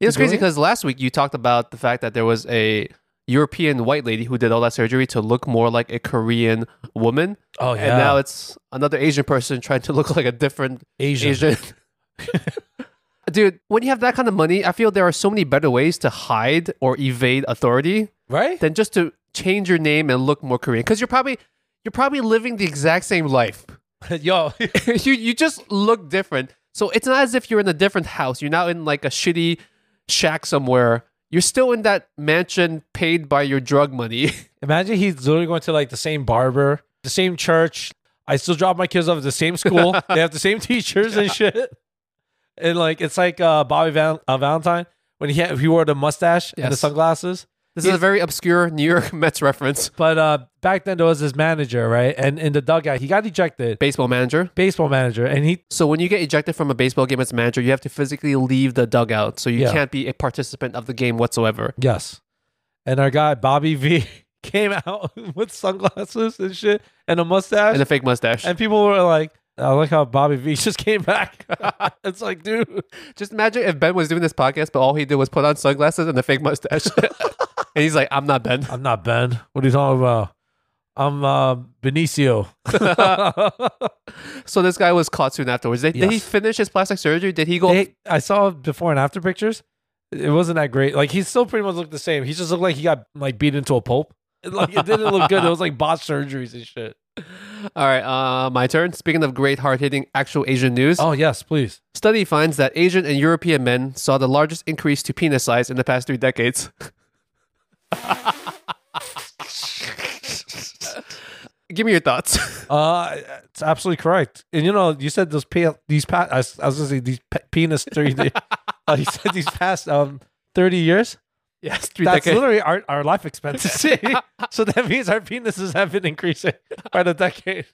A: Yeah, it's
B: Really?
A: crazy because last week you talked about the fact that there was a European white lady who did all that surgery to look more like a Korean woman,
B: Oh
A: and now it's another Asian person trying to look like a different
B: Asian.
A: Asian. Dude, when you have that kind of money, I feel there are so many better ways to hide or evade authority
B: Right?
A: than just to change your name and look more Korean. Because you're probably you're probably living the exact same life.
B: Yo.
A: you you just look different. So it's not as if you're in a different house. You're now in like a shitty shack somewhere. You're still in that mansion paid by your drug money.
B: imagine he's literally going to like the same barber, the same church. I still drop my kids off at the same school. they have the same teachers and shit. And like it's like uh, Bobby Val- uh, Valentine when he had, he wore the mustache and the
A: Yes.
B: sunglasses.
A: This is a very obscure New York Mets reference.
B: But uh, back then there was his manager, right? And in the dugout, he got ejected.
A: Baseball manager.
B: baseball manager, and he
A: So when you get ejected from a baseball game as a manager, you have to physically leave the dugout. So you
B: Yeah.
A: can't be a participant of the game whatsoever.
B: Yes. And our guy Bobby V came out with sunglasses and shit and a mustache.
A: And a
B: And,
A: fake mustache.
B: people were like, I like how Bobby V just came back. it's like, dude,
A: Just imagine if Ben was doing this podcast, but all he did was put on sunglasses and a fake mustache. and he's like, I'm not Ben.
B: I'm not Ben. What are you talking about? I'm uh, Benicio.
A: So this guy was caught soon afterwards. Did, did he
B: Yes.
A: finish his plastic surgery? Did he go?
B: They- I saw before and after pictures. It wasn't that great. Like, he still pretty much looked the same. He just looked like he got like beat into a pulp. Like, it didn't look good. It was like botched surgeries and shit.
A: All right, uh, my turn. Speaking of great, hard hitting, actual Asian news,
B: Oh, yes, please.
A: study finds that Asian and European men saw the largest increase to penis size in the past three decades. Give me your thoughts.
B: Uh, it's absolutely correct. And you know, you said those pa- these past. I, was- I was gonna say these pe- penis thirty. uh, you said these past um thirty years.
A: yes, three
B: That's
A: decades.
B: literally our, our life expectancy. so that means our penises have been increasing by the decade.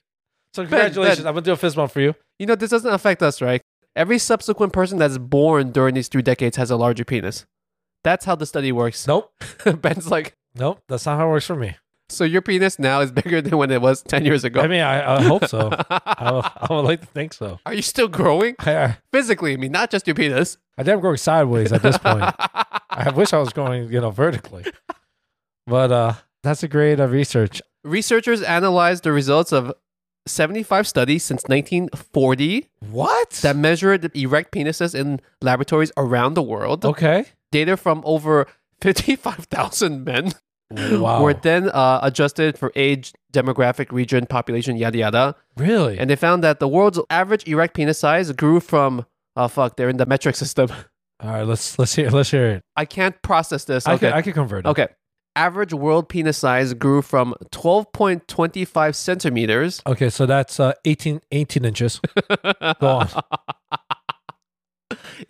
B: So congratulations!
A: Ben.
B: I'm gonna do a fist bump for you.
A: You know, this doesn't affect us, right? Every subsequent person that's born during these three decades has a larger penis. That's how the study works.
B: Nope,
A: Ben's like,
B: nope, that's not how it works for me.
A: so your penis now is bigger than when it was 10 years ago.
B: I mean, I, I hope so. I, would- I would like to think so.
A: Are you still growing?
B: I, I,
A: Physically, I mean, not just your penis.
B: I am growing sideways at this point. I wish I was going, you know, vertically. But uh, that's a great uh, research.
A: Researchers analyzed the results of 75 studies since 1940
B: What?
A: that measured erect penises in laboratories around the world.
B: okay.
A: Data from over 55,000 men
B: Wow.
A: were then uh, adjusted for age, demographic, region, population, yada yada.
B: really?
A: And they found that the world's average erect penis size grew from, oh fuck, they're in the metric system.
B: All right, let's let's hear let's hear it.
A: I can't process this.
B: I
A: Okay.
B: can I can convert it.
A: Okay. average world penis size grew from 12.25 centimeters.
B: Okay, so that's uh, 18, 18 inches. Go on.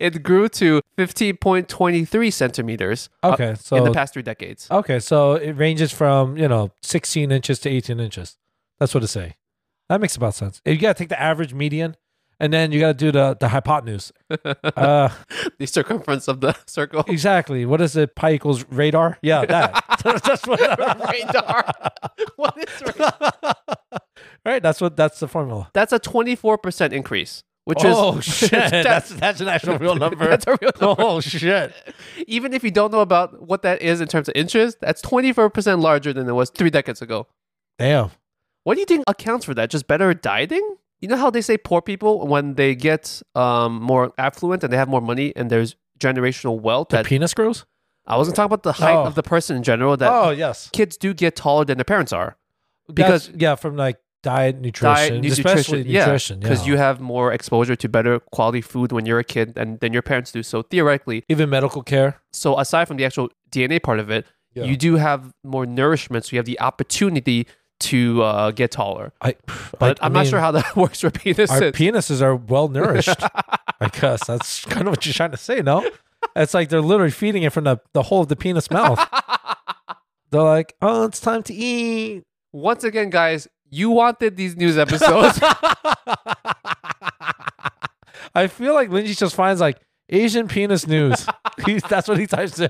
A: It grew to 15.23 centimeters uh,
B: Okay, so
A: in the past three decades.
B: okay, so it ranges from you know sixteen inches to eighteen inches. That's what it say. That makes about sense. You gotta take the average median, and then you gotta do the the hypotenuse. uh,
A: the circumference of the circle.
B: exactly. What is it? Pi equals radar. Yeah, that. that's what.
A: radar. what is radar?
B: right. That's what. That's the formula.
A: That's a 24% increase, which
B: oh
A: is
B: shit! that's that's an actual real number.
A: That's a real number.
B: Oh shit!
A: Even if you don't know about what that is in terms of inches, that's 24% larger than it was three decades ago.
B: Damn.
A: What do you think accounts for that? Just better dieting? You know how they say poor people when they get um, more affluent and they have more money and there's generational wealth.
B: The
A: That
B: penis grows.
A: I wasn't talking about the height
B: Oh.
A: of the person in general. That
B: oh yes.
A: kids do get taller than their parents are
B: That's-
A: because
B: yeah, from like diet, nutrition,
A: diet,
B: especially
A: nutrition,
B: nutrition,
A: because
B: yeah.
A: you have more exposure to better quality food when you're a kid and than your parents do. So theoretically,
B: even medical care.
A: so aside from the actual DNA part of it,
B: Yeah.
A: you do have more nourishment, so you have the opportunity to uh, get taller.
B: I,
A: But
B: I
A: I, am not
B: mean,
A: sure how that works for penises.
B: our penises are well nourished. I guess that's kind of what you're trying to say. No, it's like they're literally feeding it from the, the hole of the penis mouth. they're like, oh, it's time to eat.
A: Once again, guys, you wanted these news episodes.
B: I feel like Lindsay just finds like Asian penis news. He's, that's what he types in.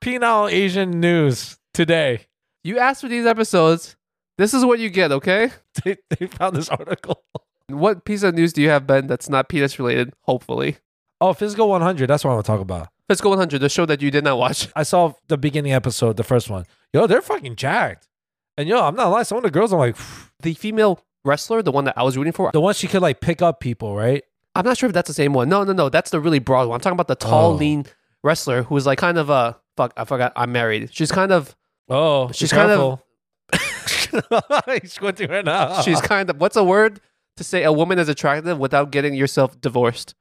B: Penile Asian news today.
A: you asked for these episodes. This is what you get, okay?
B: They, they found this article.
A: What piece of news do you have, Ben, that's not penis related, hopefully?
B: Oh, Physical 100. That's what I want to talk about.
A: Physical 100, the show that you did not watch.
B: I saw the beginning episode, the first one. Yo, they're fucking jacked. And yo, I'm not lying. Some of the girls, I'm like, phew.
A: The female wrestler, the one that I was rooting for,
B: the ones she could like pick up people, right?
A: I'm not sure if that's the same one. No, no, no. That's the really broad one. I'm talking about the tall,
B: Oh.
A: lean wrestler who is like kind of a. Fuck, I forgot. I'm married. She's kind of.
B: Oh,
A: She's kind of-
B: of. He's squinting right now.
A: She's kind of. What's a word to say a woman is attractive without getting yourself divorced?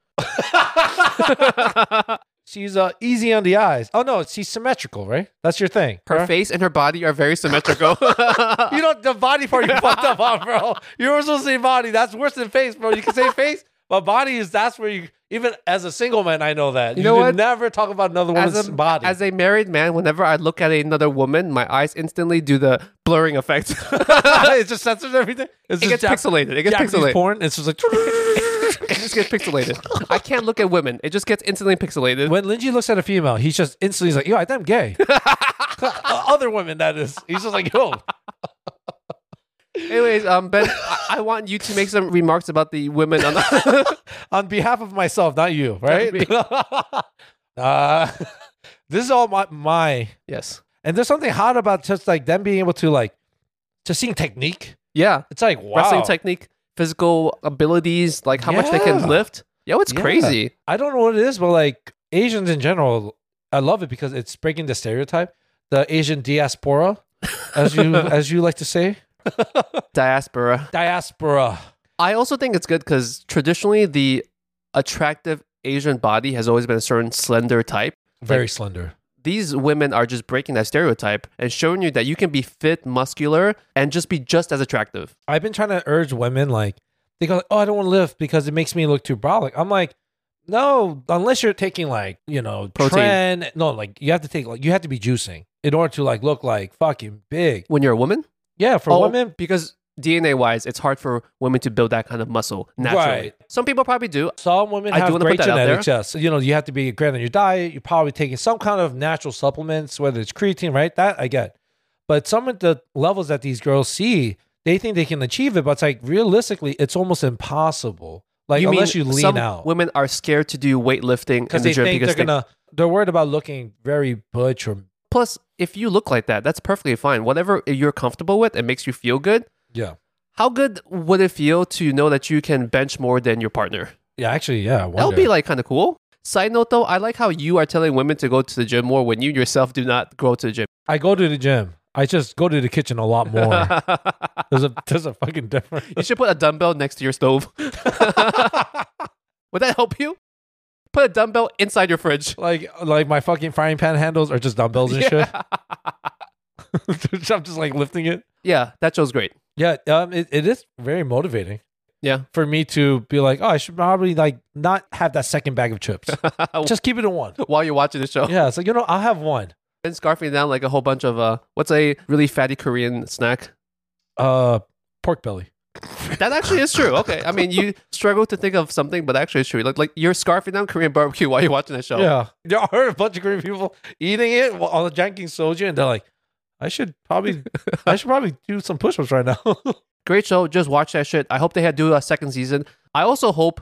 B: she's uh, easy on the eyes. Oh no, she's symmetrical, right? That's your thing.
A: Her
B: Perfect.
A: face and her body are very symmetrical.
B: You know the body part you fucked up on, bro. You were supposed to say body. That's worse than face, bro. You can say face, but body is that's where you even as a single man, I know that.
A: You know
B: can
A: what?
B: never talk about another woman's
A: as a,
B: body.
A: as a married man, whenever I look at another woman, my eyes instantly do the blurring effect. it
B: it just censors everything. It's
A: gets
B: Jap-
A: pixelated. It gets
B: Japanese
A: pixelated.
B: porn. It's just like
A: It just gets pixelated. I can't look at women. It just gets instantly pixelated.
B: when Linji looks at a female, he's just instantly he's like, "Yo, I think I'm gay." Other women, that is. He's just like, "Yo,
A: Anyways, um, Ben, I, I want you to make some remarks about the women on the.
B: on behalf of myself, not you, right?" uh, this is all my my.
A: yes.
B: And there's something hot about just like them being able to like just seeing technique.
A: Yeah.
B: It's like wow.
A: Wrestling technique, physical abilities, like how much they
B: Yeah.
A: can lift. Yo, it's
B: Yeah.
A: crazy.
B: I don't know what it is, but like Asians in general, I love it because it's breaking the stereotype, the Asian diaspora, as you as you like to say,
A: Diaspora.
B: diaspora.
A: I also think it's good because traditionally the attractive Asian body has always been a certain slender type.
B: Very slender.
A: These women are just breaking that stereotype and showing you that you can be fit, muscular, and just be just as attractive.
B: I've been trying to urge women like they go, "Oh, I don't want to lift because it makes me look too brolic." I'm like, "No, unless you're taking like you know
A: Protein.
B: Tren- no, like you have to take like you have to be juicing in order to like look like fucking big."
A: When you're a woman,
B: Yeah, for
A: Oh,
B: women,
A: because DNA wise, it's hard for women to build that kind of muscle naturally.
B: Right.
A: Some people probably do.
B: some women
A: I do
B: have
A: wanna put
B: great
A: that out there.
B: genetics. Yes, you know you have to be great on your diet. You're probably taking some kind of natural supplements, whether it's creatine, right? That I get. But some of the levels that these girls see, they think they can achieve it, but it's like realistically, it's almost impossible. Like
A: mean
B: unless you lean
A: some
B: out.
A: Women are scared to do weightlifting in
B: because
A: the
B: they
A: gym
B: think
A: because
B: they're
A: they-
B: gonna they're worried about looking very butch or
A: plus if you look like that, that's perfectly fine. Whatever you're comfortable with, it makes you feel good.
B: yeah
A: How good would it feel to know that you can bench more than your partner?
B: yeah actually yeah I
A: That'll
B: wonder.
A: be like kind of cool. Side note though, I like how you are telling women to go to the gym more when you yourself do not go to the gym.
B: I go to the gym I just go to the kitchen a lot more there's a there's a fucking difference
A: you should put a dumbbell next to your stove. Would that help you? Put a dumbbell inside your fridge.
B: like like my fucking frying pan handles are just dumbbells and shit I'm just like lifting it.
A: Yeah, that show's great.
B: Yeah, um, it, it is very motivating
A: Yeah.
B: for me to be like, oh, I should probably like not have that second bag of chips. just keep it in one.
A: While you're watching the show,
B: Yeah, it's like you know, I'll have one.
A: been scarfing down like a whole bunch of uh, what's a really fatty Korean snack?
B: Uh, pork belly.
A: That actually is true. Okay, I mean, you struggle to think of something, but actually it's true. Like, like you're scarfing down Korean barbecue while you're watching the show.
B: Yeah, there are a bunch of Korean people eating it while on the drinking soju, and they're like, I should probably, I should probably do some push-ups right now.
A: Great show. Just watch that shit. I hope they had do a second season. I also hope,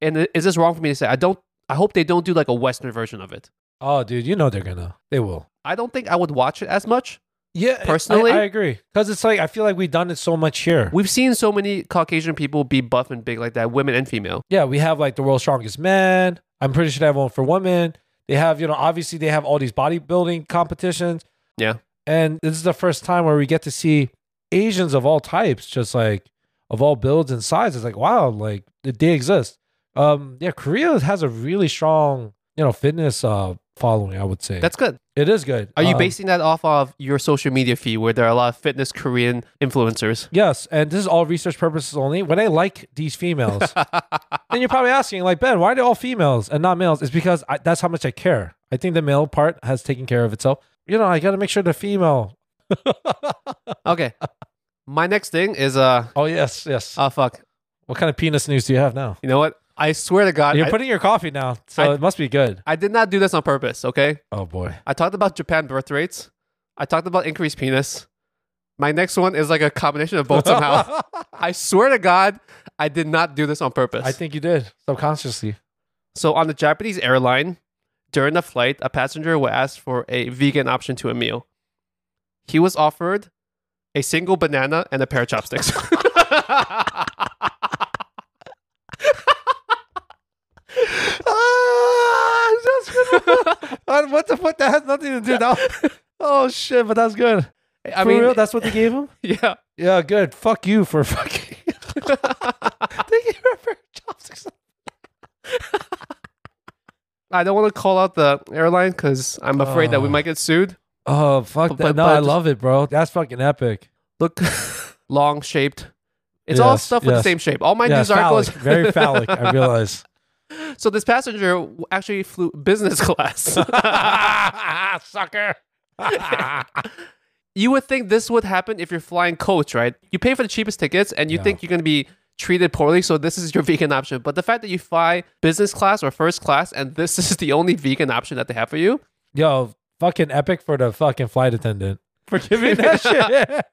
A: and is this wrong for me to say? I don't. I hope they don't do like a Western version of it.
B: oh, dude, you know they're gonna, they will.
A: I don't think I would watch it as much.
B: Yeah, I-
A: Personally?
B: I, agree because it's like I feel like we've done it so much here.
A: We've seen so many Caucasian people be buff and big like that, women and female.
B: yeah, we have like the world's strongest man. I'm pretty sure they have one for women. They have, you know, obviously they have all these bodybuilding competitions.
A: Yeah.
B: And this is the first time where we get to see Asians of all types, just like of all builds and sizes. Like, wow, like they exist. Um, yeah, Korea has a really strong, you know, fitness uh following, I would say.
A: That's good.
B: it is good.
A: Are you
B: Um,
A: basing that off of your social media feed where there are a lot of fitness Korean influencers?
B: Yes, and this is all research purposes only. When I like these females, and you're probably asking, like Ben, why are they all females and not males? It's because I, that's how much I care. I think the male part has taken care of itself. You know, I got to make sure the female.
A: Okay. My next thing is uh
B: Oh yes, yes.
A: oh fuck.
B: what kind of penis news do you have now?
A: You know what? I swear to God,
B: You're
A: I,
B: putting your coffee now, so
A: I-
B: it must be good.
A: I did not do this on purpose, okay?
B: Oh boy.
A: I talked about Japan birth rates. I talked about increased penis. My next one is like a combination of both somehow. I swear to God, I did not do this on purpose.
B: I think you did subconsciously.
A: so on the Japanese airline, during the flight, a passenger was asked for a vegan option to a meal. He was offered a single banana and a pair of chopsticks.
B: Ah, Uh, what the fuck? That has nothing to do now. oh shit, but that's good.
A: I mean,
B: that's what they gave him.
A: yeah.
B: Yeah, good. Fuck you for fucking. Thank you for for chopsticks.
A: I don't want to call out the airline because I'm afraid that we
B: Oh.
A: might get sued.
B: Oh fuck
A: But-
B: that!
A: but-
B: no,
A: but
B: I
A: just-
B: love it, bro. That's fucking epic.
A: Look, long shaped. It's all
B: Yes,
A: stuff with the
B: yes.
A: same shape. All my
B: yeah,
A: news
B: phallic,
A: articles.
B: very phallic. I realize.
A: so this passenger w- actually flew business class.
B: Sucker.
A: you would think this would happen if you're flying coach, right? You pay for the cheapest tickets and you
B: Yeah.
A: think you're going to be treated poorly, so this is your vegan option. But the fact that you fly business class or first class and this is the only vegan option that they have for you,
B: Yo, fucking epic for the fucking flight attendant for giving that shit.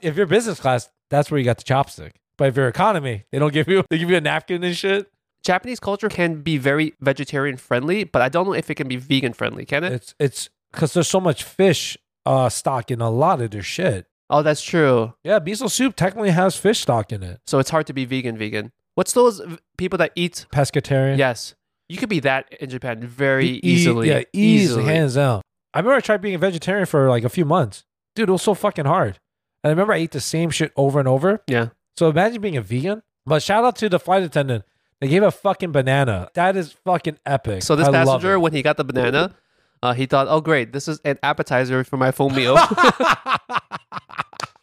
B: if you're business class, that's where you got the chopstick. But if you're economy, they don't give you. They give you a napkin and shit.
A: Japanese culture can be very vegetarian friendly, but I don't know if it can be vegan friendly, can it?
B: It's it's because there's so much fish uh, stock in a lot of their shit.
A: Oh, that's true.
B: Yeah, miso soup technically has fish stock in it.
A: So it's hard to be vegan vegan. What's those v- people that eat?
B: Pescatarian.
A: Yes. You could be that in Japan very
B: E-
A: easily.
B: Yeah, easily, hands down. I remember I tried being a vegetarian for like a few months. Dude, it was so fucking hard. And I remember I ate the same shit over and over.
A: Yeah.
B: So imagine being a vegan. But shout out to the flight attendant. They gave a fucking banana. That is fucking epic.
A: So this
B: I love
A: passenger,
B: it.
A: when he got the banana, uh, he thought, "Oh, great, this is an appetizer for my full meal."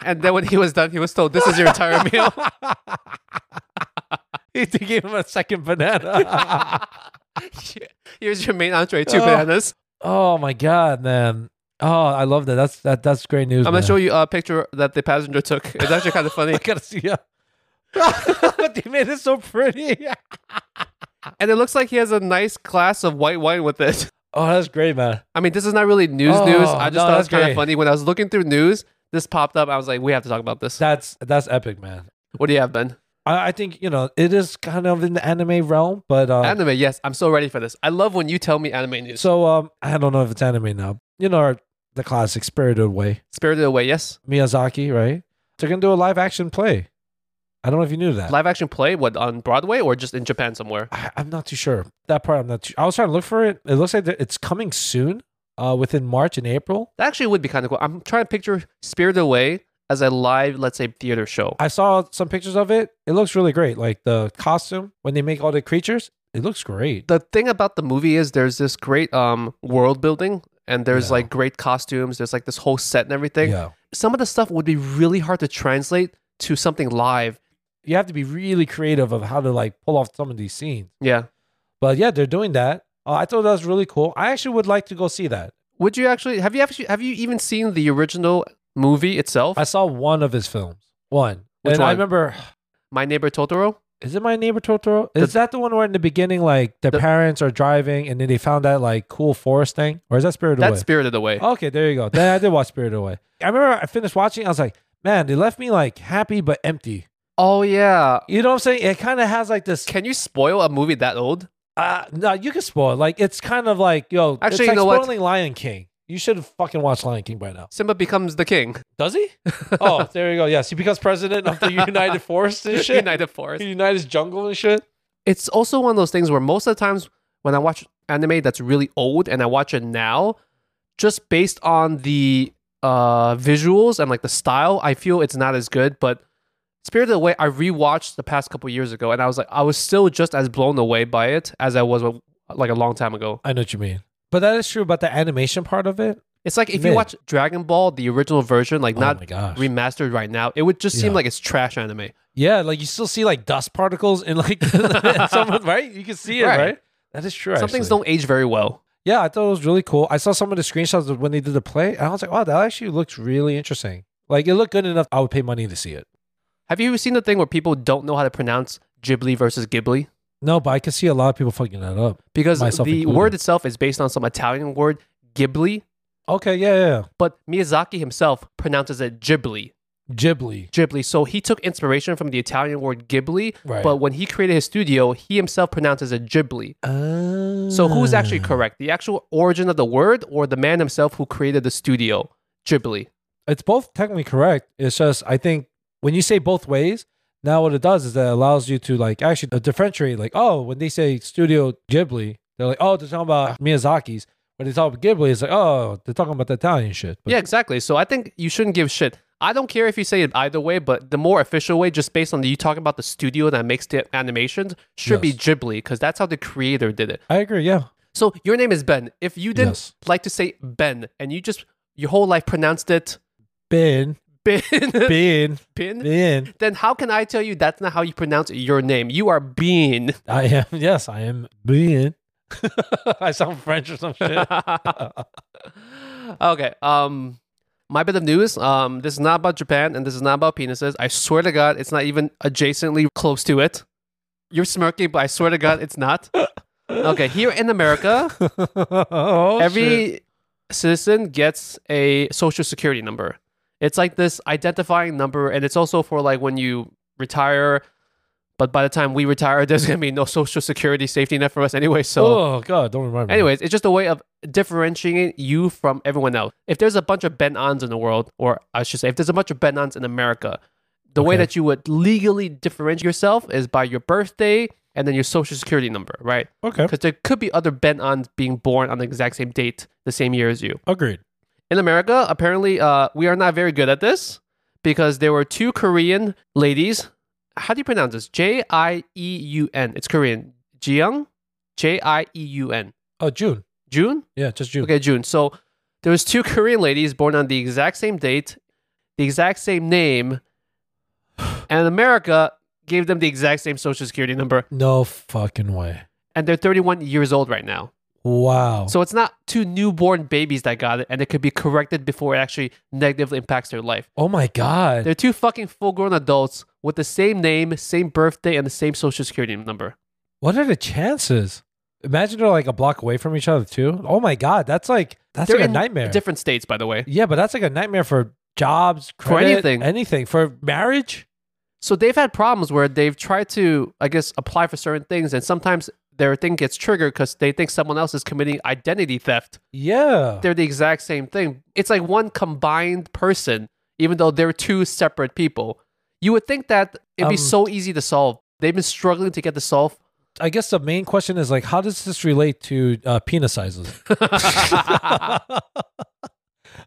A: and then when he was done, he was told, "This is your entire meal."
B: they gave him a second banana.
A: Here's your main entree: two
B: Oh.
A: bananas.
B: oh my god, man. Oh, I love that. That's that. That's great news.
A: I'm
B: man.
A: gonna show you a picture that the passenger took. It's actually kind of funny.
B: I gotta see ya. but they made it so pretty.
A: And it looks like he has a nice glass of white wine with it.
B: Oh, that's great, man.
A: I mean, this is not really news
B: Oh,
A: news. I just
B: no,
A: thought it was
B: that's
A: kind of
B: great.
A: funny. When I was looking through news, this popped up. I was like, we have to talk about this.
B: That's that's epic, man.
A: What do you have, Ben?
B: I, I think you know it is kind of in the anime realm, but um,
A: Anime, yes. I'm so ready for this. I love when you tell me anime news.
B: so um, I don't know if it's anime now. You know, our, the classic Spirited Away,
A: Spirited Away, yes.
B: Miyazaki, right? They're gonna do a live action play. I don't know if you knew that.
A: Live action play, what, on Broadway or just in Japan somewhere?
B: I, I'm not too sure that part. I'm not. Too, I was trying to look for it. It looks like that it's coming soon, uh, within March and April.
A: That actually would be kind of cool. I'm trying to picture Spirited Away as a live, let's say, theater show.
B: I saw some pictures of it. It looks really great. Like the costume when they make all the creatures, it looks great.
A: the thing about the movie is there's this great um, world building and there's
B: Yeah.
A: like great costumes. There's like this whole set and everything.
B: yeah.
A: Some of the stuff would be really hard to translate to something live.
B: You have to be really creative of how to like pull off some of these scenes.
A: Yeah.
B: But yeah, they're doing that. Uh, I thought that was really cool. I actually would like to go see that.
A: Would you actually have you actually have you even seen the original movie itself?
B: I saw one of his films. One.
A: Which
B: and I
A: one?
B: remember
A: My Neighbor Totoro?
B: is it my neighbor Totoro? Is that the one where in the beginning like the,
A: The-
B: parents are driving and then they found that like cool forest thing? Or is that Spirited
A: That's
B: Away?
A: Spirited Away.
B: Okay, there you go. Then I did watch Spirited Away. I remember I finished watching. I was like, man, they left me like happy but empty.
A: Oh yeah.
B: You know what I'm saying? It kind of has like this.
A: Can you spoil a movie that old?
B: Uh, no, you can spoil. it. Like it's kind of like yo. it's
A: Actually, you
B: like
A: know what?
B: spoiling Lion King. You should have fucking watched Lion King by now.
A: Simba becomes the king.
B: Does he? oh, there you go. Yes, he becomes president of the United Forest and shit. United,
A: United Forest.
B: Jungle and shit.
A: It's also one of those things where most of the times when I watch anime that's really old and I watch it now, just based on the uh, visuals and like the style, I feel it's not as good. But Spirited Away, I rewatched the past couple years ago, and I was like, I was still just as blown away by it as I was uh, like a long time ago.
B: I know what you mean. But that is true about the animation part of it.
A: It's like if
B: Mid.
A: you watch Dragon Ball, the original version, like
B: oh
A: not
B: my gosh.
A: remastered right now, it would just seem
B: Yeah.
A: like it's trash anime.
B: yeah, like you still see like dust particles in like someone, right? You can see it, right?
A: Right.
B: That is true.
A: Some things
B: actually.
A: don't age very well.
B: Yeah, I thought it was really cool. I saw some of the screenshots of when they did the play, and I was like, "Wow, that actually looks really interesting." Like it looked good enough. I would pay money to see it.
A: Have you seen the thing where people don't know how to pronounce Ghibli versus Ghibli?
B: No, but I could see a lot of people fucking that up.
A: Because
B: Myself
A: the
B: included.
A: word itself is based on some Italian word, Ghibli,
B: Okay, yeah, yeah,
A: but Miyazaki himself pronounces it Ghibli.
B: yeah. Ghibli,
A: Ghibli. So he took inspiration from the Italian word Ghibli,
B: right?
A: but when he created his studio, he himself pronounces it Ghibli. So who's
B: Hmm.
A: actually correct? The actual origin of the word or the man himself who created the studio? Ghibli.
B: It's both technically correct. It's just I think when you say both ways, now what it does is that it allows you to like actually uh, differentiate. Like, oh, when they say Studio Ghibli, they're like, oh, they're talking about Miyazaki's. When they talk about Ghibli, it's like, oh, they're talking about the Italian shit. But
A: yeah, exactly. So I think you shouldn't give shit. I don't care if you say it either way, but the more official way, just based on you talking about the studio that makes the animations, should be
B: Yes.
A: Ghibli because that's how the creator did it.
B: I agree. Yeah.
A: So your name is Ben. If you didn't
B: Yes.
A: like to say Ben and you just your whole life pronounced it
B: Ben,
A: Bin,
B: Ben,
A: Bin,
B: Ben.
A: then how can I tell you that's not how you pronounce your name? You are Bean.
B: I am. Yes, I am being. I sound French or some shit.
A: okay. Um, my bit of news. Um, this is not about Japan and this is not about penises. I swear to God, it's not even adjacently close to it. You're smirking, but I swear to God, it's not. Okay, here in America,
B: Oh, shit.
A: every citizen gets a social security number. It's like this identifying number, and it's also for like when you retire. But by the time we retire, there's gonna be no social security safety net for us anyway. So
B: oh god, don't remind me.
A: Anyways, it's just a way of differentiating you from everyone else. If there's a bunch of Ben Ons in the world, or I should say, if there's a bunch of Ben Ons in America, the way
B: Okay.
A: that you would legally differentiate yourself is by your birthday and then your social security number, right?
B: okay,
A: Because there could be other Ben Ons being born on the exact same date, the same year as you.
B: agreed.
A: In America, apparently, uh, we are not very good at this because there were two Korean ladies. How do you pronounce this? J I E U N. It's Korean. Jiung? J I E U N.
B: Oh, June.
A: June?
B: Yeah, just June.
A: Okay, June. So there was two Korean ladies born on the exact same date, the exact same name, and America gave them the exact same social security number,
B: No fucking way.
A: and they're 31 years old right now.
B: Wow.
A: So it's not two newborn babies that got it, and it could be corrected before it actually negatively impacts their life.
B: oh my god.
A: They're two fucking full-grown adults with the same name, same birthday, and the same social security number.
B: what are the chances? Imagine they're like a block away from each other too. Oh my god, that's like that's
A: They're
B: like a
A: in
B: nightmare.
A: Different states, by the way.
B: yeah, but that's like a nightmare for jobs, credit,
A: anything.
B: anything for marriage.
A: So they've had problems where they've tried to, I guess, apply for certain things, and sometimes their thing gets triggered because they think someone else is committing identity theft.
B: Yeah.
A: They're the exact same thing. It's like one combined person, even though they're two separate people. You would think that it'd
B: Um,
A: be so easy to solve. They've been struggling to get this solved.
B: I guess the main question is like, how does this relate to uh, penis sizes?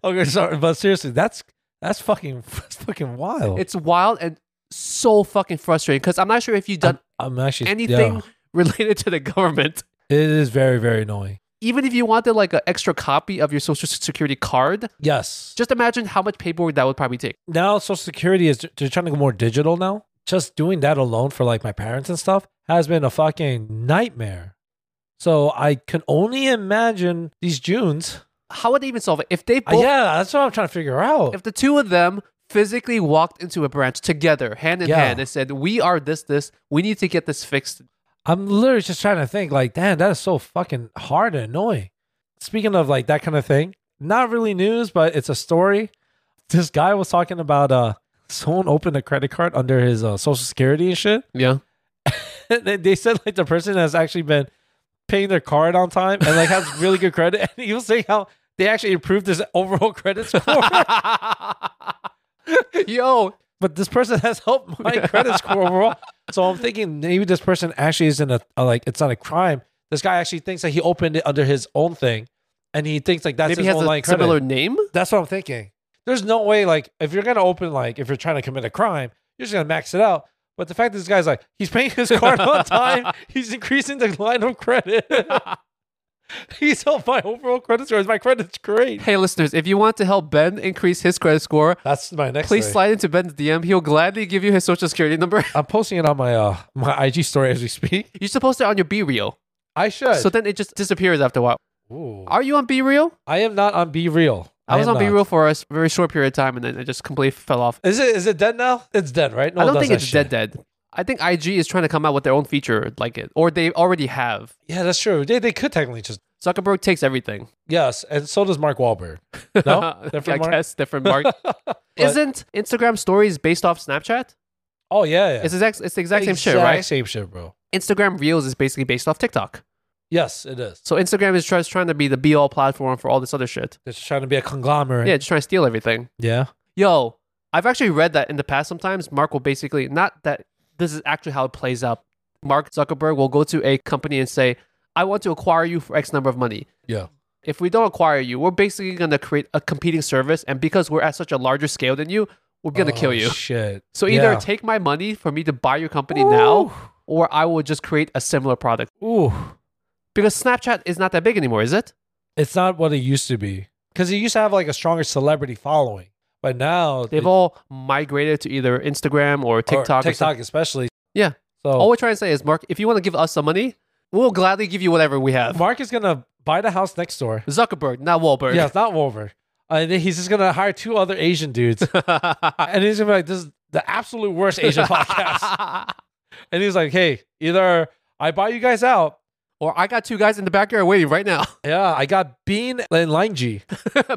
B: okay, sorry, but seriously, that's that's fucking that's fucking wild.
A: it's wild and so fucking frustrating because I'm not sure if you've done
B: I'm actually yeah.
A: anything related to the government.
B: it is very very annoying.
A: even if you wanted like an extra copy of your social security card,
B: Yes.
A: just imagine how much paperwork that would probably take.
B: now social security is they're trying to go more digital now just doing that alone for like my parents and stuff has been a fucking nightmare so i can only imagine these junes
A: How would they even solve it? If they
B: Uh,
A: both,
B: yeah that's what i'm trying to figure out
A: if the two of them physically walked into a branch together, hand in
B: Yeah.
A: hand, and said, "We are this, this. We need to get this fixed."
B: i'm literally just trying to think like damn that is so fucking hard and annoying speaking of like that kind of thing not really news but it's a story this guy was talking about uh someone opened a credit card under his uh, social security and shit
A: Yeah.
B: And then they said like the person has actually been paying their card on time and like has really good credit. And he was saying how they actually improved his overall credit score,
A: Yo,
B: but this person has helped my credit score overall. So I'm thinking maybe this person actually isn't a, a, like it's not a crime. This guy actually thinks that he opened it under his own thing, and he thinks like that's
A: maybe he
B: his
A: has
B: own
A: a
B: line credit.
A: similar name.
B: That's what I'm thinking. There's no way, like, if you're gonna open, like, if you're trying to commit a crime, you're just gonna max it out. But the fact that this guy's like, he's paying his card on time, he's increasing the line of credit. he's helped my overall credit score. My credit's great.
A: Hey, listeners, if you want to help Ben increase his credit score,
B: That's my next.
A: please
B: thing.
A: slide into Ben's DM. He'll gladly give you his social security number.
B: I'm posting it on my uh my IG story as we speak.
A: You're supposed to on your B reel,
B: I should.
A: so then it just disappears after a while.
B: Ooh.
A: Are you on B reel?
B: I am not on Be Real.
A: I was
B: am
A: on B
B: not.
A: reel for a s- very short period of time, and then it just completely fell off.
B: Is it is it dead now? It's dead, right? No
A: I
B: one
A: don't
B: does
A: think
B: that
A: it's
B: shit.
A: dead dead. I think IG is trying to come out with their own feature like it, or they already have.
B: Yeah, that's true. They they could technically just
A: Zuckerberg takes everything.
B: yes, and so does Mark Wahlberg. No,
A: I
B: different Mark.
A: guess different mark. Isn't Instagram stories based off Snapchat?
B: Oh yeah, yeah.
A: It's exact. It's the exact same shit, right?
B: Same shit, bro.
A: Instagram Reels is basically based off TikTok.
B: Yes, it is.
A: So Instagram is just trying to be the be all platform for all this other shit.
B: It's trying to be a conglomerate.
A: Yeah, just trying to steal everything.
B: Yeah.
A: Yo, I've actually read that in the past sometimes Mark will basically not that this is actually how it plays out. Mark Zuckerberg will go to a company and say, "I want to acquire you for X number of money."
B: Yeah.
A: If we don't acquire you, we're basically going to create a competing service and because we're at such a larger scale than you, we're going to
B: Oh,
A: kill you.
B: Shit.
A: So either
B: Yeah.
A: take my money for me to buy your company now or I will just create a similar product.
B: Ooh. Ooh.
A: Because Snapchat is not that big anymore, is it?
B: It's not what it used to be. Because it used to have like a stronger celebrity following. But now
A: They've
B: it-
A: all migrated to either Instagram or
B: or
A: TikTok. Or
B: TikTok especially.
A: Yeah.
B: So
A: All we're trying to say is, Mark, if you want to give us some money, we'll gladly give you whatever we have.
B: Mark is gonna buy the house next door.
A: Zuckerberg, not Wahlberg.
B: Yeah, it's not Wolver. and then he's just gonna hire two other Asian dudes. and he's gonna be like, this is the absolute worst Asian podcast. And he's like, hey, either I buy you guys out.
A: or I got two guys in the backyard waiting right now.
B: Yeah, I got Bean and Lang G.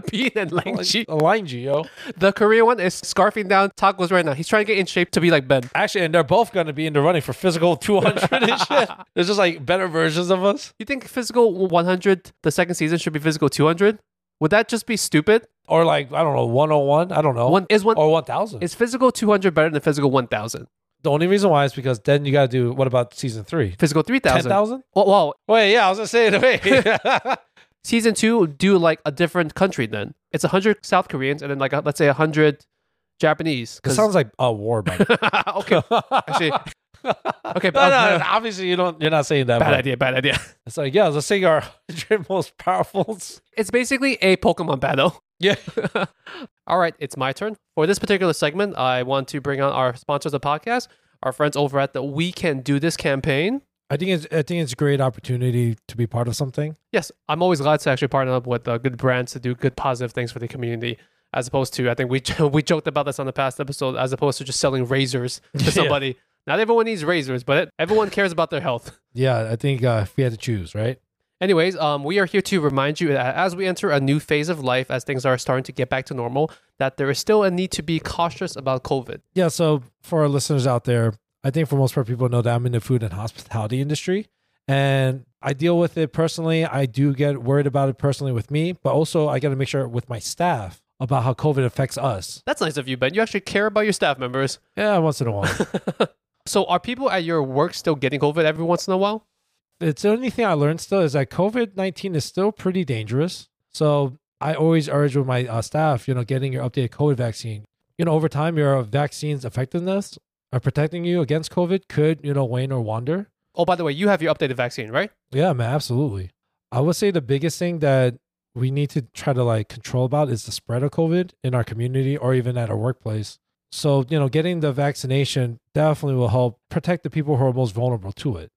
A: Bean and Lang Chi.
B: Align you, yo.
A: The Korean one is scarfing down tacos right now. He's trying to get in shape to be like Ben.
B: Actually, and they're both going to be in the running for physical 200 and shit. They're just like better versions of us.
A: You think physical 100, the second season, should be physical 200? Would that just be stupid?
B: Or like, I don't know, 101. I don't know.
A: One is one
B: or 1,000.
A: is physical 200 better than physical 1,000?
B: the only reason why is because then you got to do, what about season three?
A: Physical 3,000.
B: 10,000?
A: Well, well,
B: Wait, yeah, I was going to say it. Wait.
A: season two do like a different country then it's 100 south koreans and then like uh, let's say 100 japanese
B: it sounds like a war, by the way.
A: okay actually okay
B: No,
A: but,
B: no, obviously you don't. You're not saying that.
A: bad
B: but
A: idea bad idea
B: It's like, yeah, let's say our 100 most powerful.
A: it's basically a pokemon battle
B: Yeah.
A: all right it's my turn for this particular segment i want to bring on our sponsors of the podcast our friends over at the we can do this campaign
B: I think it's I think it's a great opportunity to be part of something.
A: yes i'm always glad to actually partner up with uh, good brands to do good positive things for the community as opposed to i think we we joked about this on the past episode as opposed to just selling razors to
B: Yeah.
A: somebody not everyone needs razors but everyone cares about their health
B: Yeah, I think uh, if we had to choose, right?
A: anyways um, we are here to remind you that as we enter a new phase of life as things are starting to get back to normal that there is still a need to be cautious about covid
B: Yeah, so for our listeners out there, I think for most part people know that I'm in the food and hospitality industry and I deal with it personally. I do get worried about it personally with me, but also I got to make sure with my staff about how COVID affects us.
A: that's nice of you ben you actually care about your staff members
B: Yeah, once in a while.
A: so are people at your work still getting covid every once in a while
B: it's the only thing I learned still is that COVID 19 is still pretty dangerous. So I always urge with my uh, staff, you know, getting your updated COVID vaccine. You know, over time, your vaccine's effectiveness or protecting you against COVID could, you know, wane or wander.
A: oh by the way you have your updated vaccine right
B: Yeah, man, absolutely. I would say the biggest thing that we need to try to like control about is the spread of COVID in our community or even at our workplace. So, you know, getting the vaccination definitely will help protect the people who are most vulnerable to it.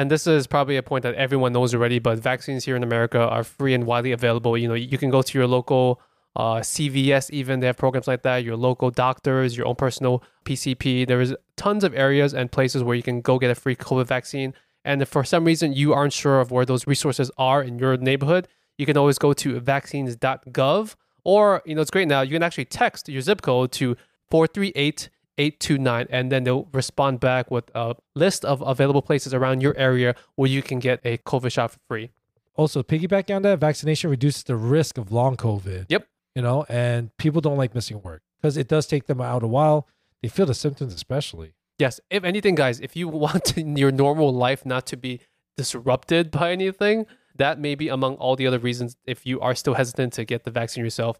A: And this is probably a point that everyone knows already, but vaccines here in America are free and widely available. You know, you can go to your local uh, CVS, even they have programs like that. Your local doctors, your own personal PCP. There is tons of areas and places where you can go get a free COVID vaccine. And if for some reason you aren't sure of where those resources are in your neighborhood, you can always go to vaccines.gov. Or, you know, it's great now, you can actually text your zip code to 438 829, and then they'll respond back with a list of available places around your area where you can get a COVID shot for free.
B: Also, piggybacking on that, vaccination reduces the risk of long COVID.
A: Yep.
B: You know, and people don't like missing work because it does take them out a while. They feel the symptoms, especially.
A: Yes, if anything, guys, if you want your normal life not to be disrupted by anything, that may be among all the other reasons if you are still hesitant to get the vaccine yourself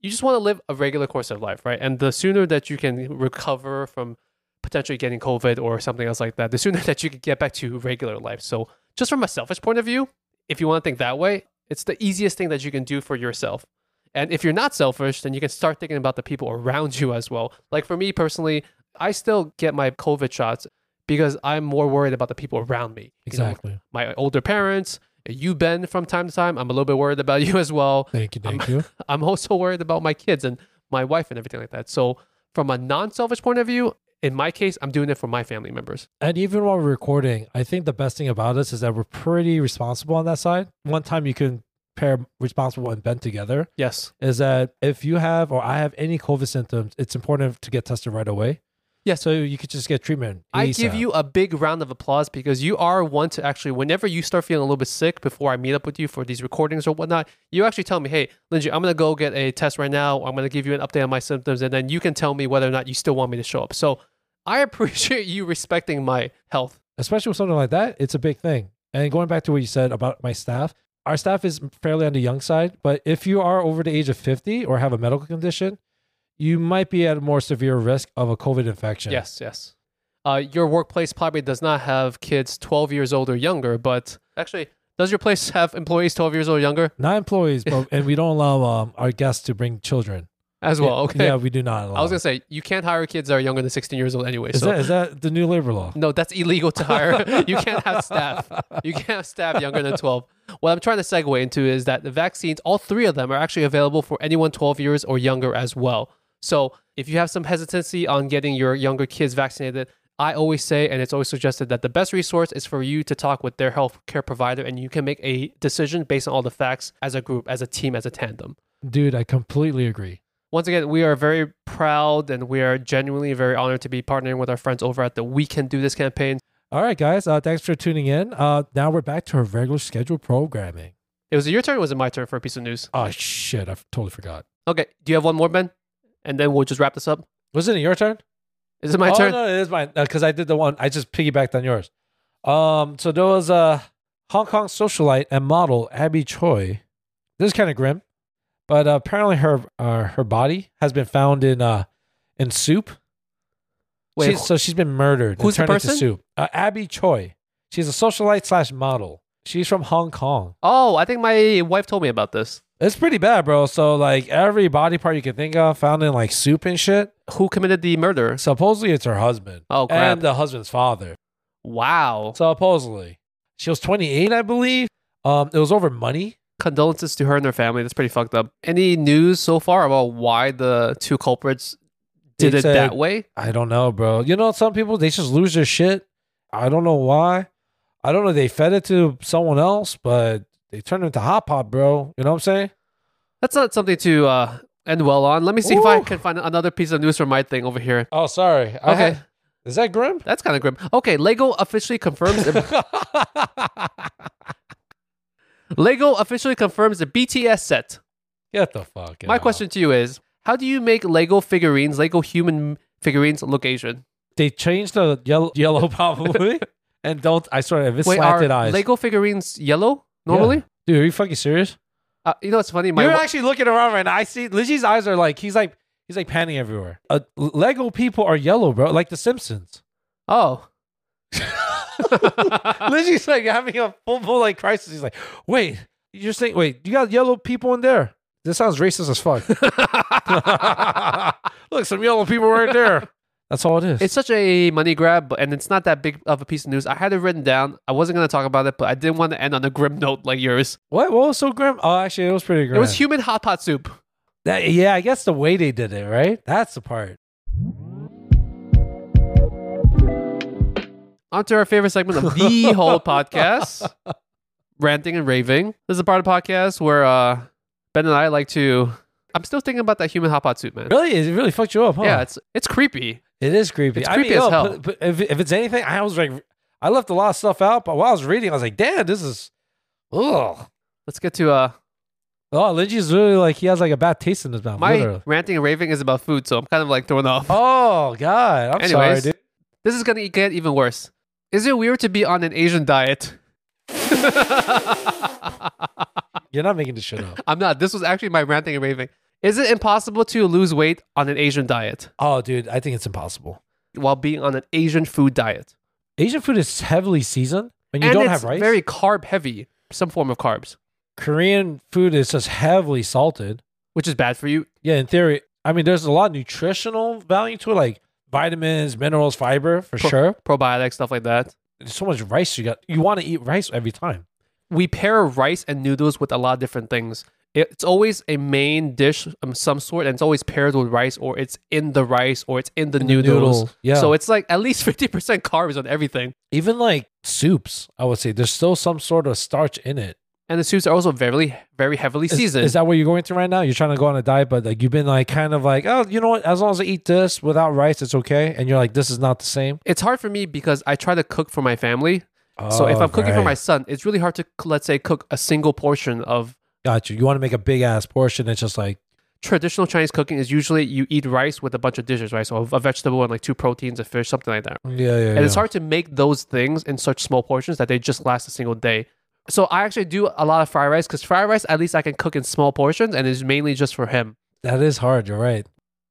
A: you just want to live a regular course of life, right? And the sooner that you can recover from potentially getting COVID or something else like that, the sooner that you can get back to regular life. So, just from a selfish point of view, if you want to think that way, it's the easiest thing that you can do for yourself. And if you're not selfish, then you can start thinking about the people around you as well. Like for me personally, I still get my COVID shots because I'm more worried about the people around me. You know,
B: Exactly.
A: my older parents, you, Ben, from time to time, I'm a little bit worried about you as well.
B: Thank you. Thank you.
A: I'm also worried about my kids and my wife and everything like that. So, from a non selfish point of view, in my case, I'm doing it for my family members.
B: And even while we're recording, I think the best thing about us is that we're pretty responsible on that side. One time you can pair responsible and bent together
A: Yes.
B: is that if you have or I have any COVID symptoms, it's important to get tested right away.
A: Yeah.
B: So you could just get treatment.
A: I give
B: ASAP.
A: you a big round of applause because you are one to actually, whenever you start feeling a little bit sick before I meet up with you for these recordings or whatnot, you actually tell me, hey, Lindsay, I'm going to go get a test right now. I'm going to give you an update on my symptoms. And then you can tell me whether or not you still want me to show up. So, I appreciate you respecting my health.
B: especially with something like that, it's a big thing. And going back to what you said about my staff, our staff is fairly on the young side, but if you are over the age of 50 or have a medical condition, you might be at a more severe risk of a COVID infection.
A: Yes, yes. Uh, your workplace probably does not have kids 12 years old or younger, but actually, does your place have employees 12 years old or younger
B: Not employees, but, and we don't allow um, our guests to bring children.
A: as well?
B: Yeah,
A: Okay.
B: Yeah, we do not allow.
A: I was going to say, you can't hire kids that are younger than 16 years old anyway.
B: is,
A: so.
B: that, is that the new labor law?
A: No, that's illegal to hire. you can't have staff. You can't have staff younger than 12. What I'm trying to segue into is that the vaccines, all three of them, are actually available for anyone 12 years or younger as well. So if you have some hesitancy on getting your younger kids vaccinated, I always say, and it's always suggested, that the best resource is for you to talk with their health care provider and you can make a decision based on all the facts as a group, as a team, as a tandem
B: Dude, I completely agree.
A: once again, we are very proud and we are genuinely very honored to be partnering with our friends over at the We Can Do This campaign.
B: All right, guys, uh, thanks for tuning in. Uh, now we're back to our regular scheduled programming.
A: It was your turn, or was it my turn for a piece of news?
B: Oh, shit, I f- totally forgot.
A: Okay, do you have one more, Ben? And then we'll just wrap this up.
B: Wasn't it your turn?
A: Is it my
B: oh,
A: turn?
B: No, it is mine because I did the one. I just piggybacked on yours. Um, so there was a Hong Kong socialite and model Abby Choi. This is kind of grim, but uh, apparently her uh, her body has been found in uh in soup.
A: Wait,
B: She's- so she's been murdered.
A: who's the
B: and turned
A: person?
B: Into soup. Uh, Abby Choi. She's a socialite slash model. She's from Hong Kong.
A: oh, I think my wife told me about this.
B: It's pretty bad, bro. So like every body part you can think of found in like soup and shit.
A: Who committed the murder?
B: Supposedly it's her husband.
A: Oh, crap.
B: And the husband's father.
A: Wow.
B: Supposedly. She was 28, I believe. Um, it was over money.
A: Condolences to her and her family. That's pretty fucked up. Any news so far about why the two culprits did
B: It's
A: it
B: a-
A: that way?
B: I don't know, bro. You know, some people they just lose their shit. I don't know why. I don't know. They fed it to someone else, but they turned into hot pot, bro. You know what I'm saying?
A: That's not something to uh, end well on. Let me see if I
B: Ooh.
A: can find another piece of news from my thing over here.
B: Oh, sorry. I
A: Okay.
B: had- is that grim?
A: That's kind of grim. Okay, Lego officially confirms. Lego officially confirms the BTS set.
B: Get the fuck.
A: My
B: out.
A: question to you is: How do you make Lego figurines, Lego human figurines, look Asian?
B: They changed the yellow, yellow probably, and don't. I swear, if it's
A: Wait,
B: slanted
A: are
B: eyes,
A: Lego figurines yellow normally?
B: dude, are you fucking serious?
A: Uh, you know what's funny? My
B: You're
A: wi-
B: actually looking around right now. I see Lizzie's eyes are like he's like he's like panning everywhere. Uh, Lego people are yellow, bro, like the Simpsons.
A: oh,
B: Lizzie's like having a full full like crisis. He's like, wait, you're saying wait, you got yellow people in there. This sounds racist as fuck. Look, some yellow people right there. That's all it is.
A: It's such a money grab, but and it's not that big of a piece of news. I had it written down. I wasn't gonna talk about it, but I didn't want to end on a grim note like yours.
B: what? What was so grim? Oh, actually, it was pretty grim.
A: It was human hot pot soup.
B: That- yeah, I guess the way they did it, right? That's the part.
A: On to our favorite segment of the whole podcast, ranting and raving. This is a part of the podcast where uh, Ben and I like to. I'm still thinking about that human hot pot soup, man.
B: Really, it really fucked you up, huh?
A: Yeah, it's it's creepy.
B: it is creepy.
A: it's
B: I
A: creepy
B: mean,
A: as
B: yo,
A: hell.
B: But, but if, if it's anything, I was like, I left a lot of stuff out. But while I was reading, I was like, damn, this is, ugh.
A: Let's get to uh,
B: Oh, Linji's really like he has like a bad taste in his mouth.
A: my
B: literally.
A: ranting and raving is about food, so I'm kind of like thrown off.
B: Oh God, I'm sorry,
A: Anyways.
B: dude.
A: This is gonna get even worse. Is it weird to be on an Asian diet?
B: You're not making this shit up.
A: I'm not. This was actually my ranting and raving. Is it impossible to lose weight on an Asian diet
B: Oh, dude, I think it's impossible.
A: while being on an Asian food diet?
B: Asian food is heavily seasoned, and you
A: and
B: don't
A: it's
B: have rice.
A: Very carb heavy, some form of carbs,
B: Korean food is just heavily salted.
A: which is bad for you.
B: Yeah, in theory, I mean, there's a lot of nutritional value to it, like vitamins, minerals, fiber, for
A: Pro-
B: sure.
A: Probiotics, stuff like that.
B: There's so much rice you got. You want to eat rice every time.
A: We pair rice and noodles with a lot of different things. It's always a main dish of some sort, and it's always paired with rice, or it's in the rice, or it's in the noodles.
B: Noodles, yeah.
A: So it's like at least fifty percent carbs on everything.
B: even like soups, I would say there's still some sort of starch in it.
A: And the soups are also very, very heavily
B: Is,
A: seasoned.
B: is that what you're going through right now? You're trying to go on a diet, but like you've been like kind of like, oh, you know what? As long as I eat this without rice, it's okay. And you're like, this is not the same.
A: it's hard for me because I try to cook for my family. So if
B: Oh,
A: I'm cooking for
B: right.
A: my son, it's really hard to let's say cook a single portion of
B: Got you. You want to make a big ass portion. It's just like,
A: traditional Chinese cooking is usually you eat rice with a bunch of dishes, right? So a a vegetable and like two proteins, a fish, something like that.
B: yeah, yeah. yeah.
A: And it's hard to make those things in such small portions that they just last a single day. So I actually do a lot of fried rice because fried rice at least I can cook in small portions and it's mainly just for him.
B: That is hard. You're right.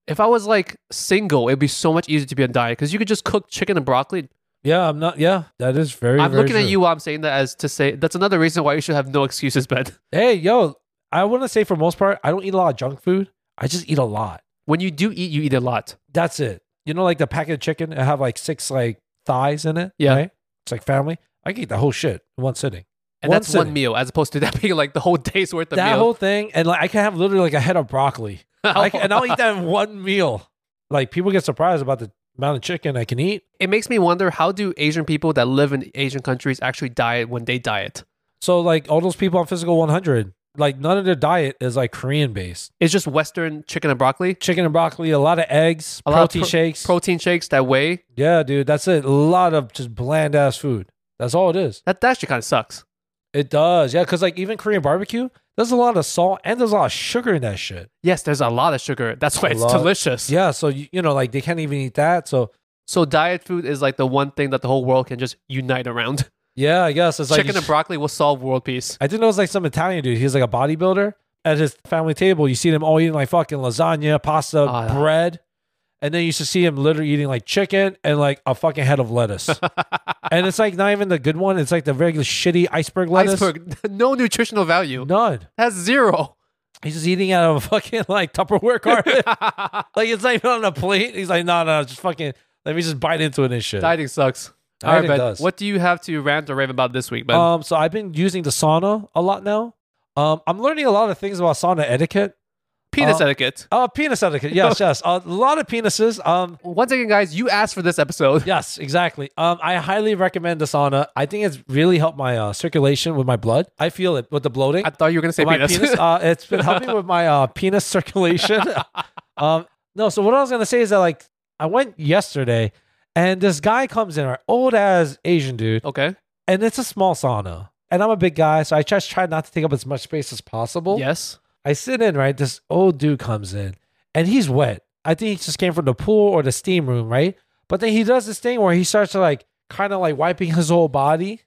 A: If I was like single, it'd be so much easier to be on diet because you could just cook chicken and broccoli.
B: Yeah, I'm not. Yeah, that is very.
A: I'm
B: very
A: looking at
B: true.
A: you while I'm saying that as to say that's another reason why you should have no excuses, Ben.
B: Hey, yo, I want to say for most part, I don't eat a lot of junk food. I just eat a lot.
A: When you do eat, you eat a lot.
B: That's it. You know, like the packet of chicken, I have like six like thighs in it.
A: Yeah.
B: right? it's like family. I can eat the whole shit in one sitting.
A: And that's
B: sitting.
A: one meal as opposed to that being like the whole day's worth of
B: That
A: meal.
B: whole thing, and like I can have literally like a head of broccoli, I can, and I'll eat that in one meal. Like people get surprised about the amount of chicken I can eat.
A: it makes me wonder how do Asian people that live in Asian countries actually diet when they diet?
B: So like all those people on physical 100, like none of their diet is like Korean based.
A: It's just Western chicken and broccoli,
B: Chicken and broccoli, a lot of eggs,
A: A lot of
B: protein
A: pro-
B: shakes.
A: protein shakes that way.
B: yeah, dude, that's it. A lot of just bland ass food. That's all it is.
A: That, that actually kind of sucks.
B: It does, yeah, because like even Korean barbecue, there's a lot of salt and there's a lot of sugar in that shit.
A: Yes, there's a lot of sugar. That's why
B: A
A: it's
B: lot.
A: delicious.
B: Yeah, so you, you know, like they can't even eat that. So
A: So diet food is like the one thing that the whole world can just unite around.
B: yeah, I guess it's like
A: chicken and broccoli will solve world peace.
B: I think there was like some Italian dude. He was like a bodybuilder at his family table. You see them all eating like fucking lasagna, pasta,
A: Oh, yeah.
B: bread, and then you should see him literally eating like chicken and like a fucking head of lettuce. and it's like not even the good one. It's like the regular shitty iceberg lettuce.
A: Iceberg, no nutritional value.
B: None.
A: That's zero.
B: He's just eating out of a fucking like Tupperware carton. like it's not even on a plate. He's like, no, no, just fucking. Let me just bite into it and shit.
A: Dieting sucks.
B: Dieting
A: All right, Ben.
B: does.
A: What do you have to rant or rave about this week, Ben?
B: Um, so I've been using the sauna a lot now. Um, I'm learning a lot of things about sauna etiquette.
A: Penis
B: uh,
A: etiquette.
B: Oh, penis etiquette. Yes, yes. A lot of penises. Um,
A: Once again, guys, you asked for this episode.
B: yes, exactly. Um, I highly recommend the sauna. I think it's really helped my uh, circulation with my blood. I feel it with the bloating.
A: I thought you were gonna say
B: With my
A: penis.
B: penis. uh, it's been helping with my uh, penis circulation. um, no, so what I was gonna say is that like I went yesterday, and this guy comes in, an old as Asian dude,
A: okay.
B: and it's a small sauna. And I'm a big guy, so I just try not to take up as much space as possible.
A: Yes.
B: I sit in, right? This old dude comes in and he's wet. I think he just came from the pool or the steam room, right? But then he does this thing where he starts to like kind of like wiping his whole body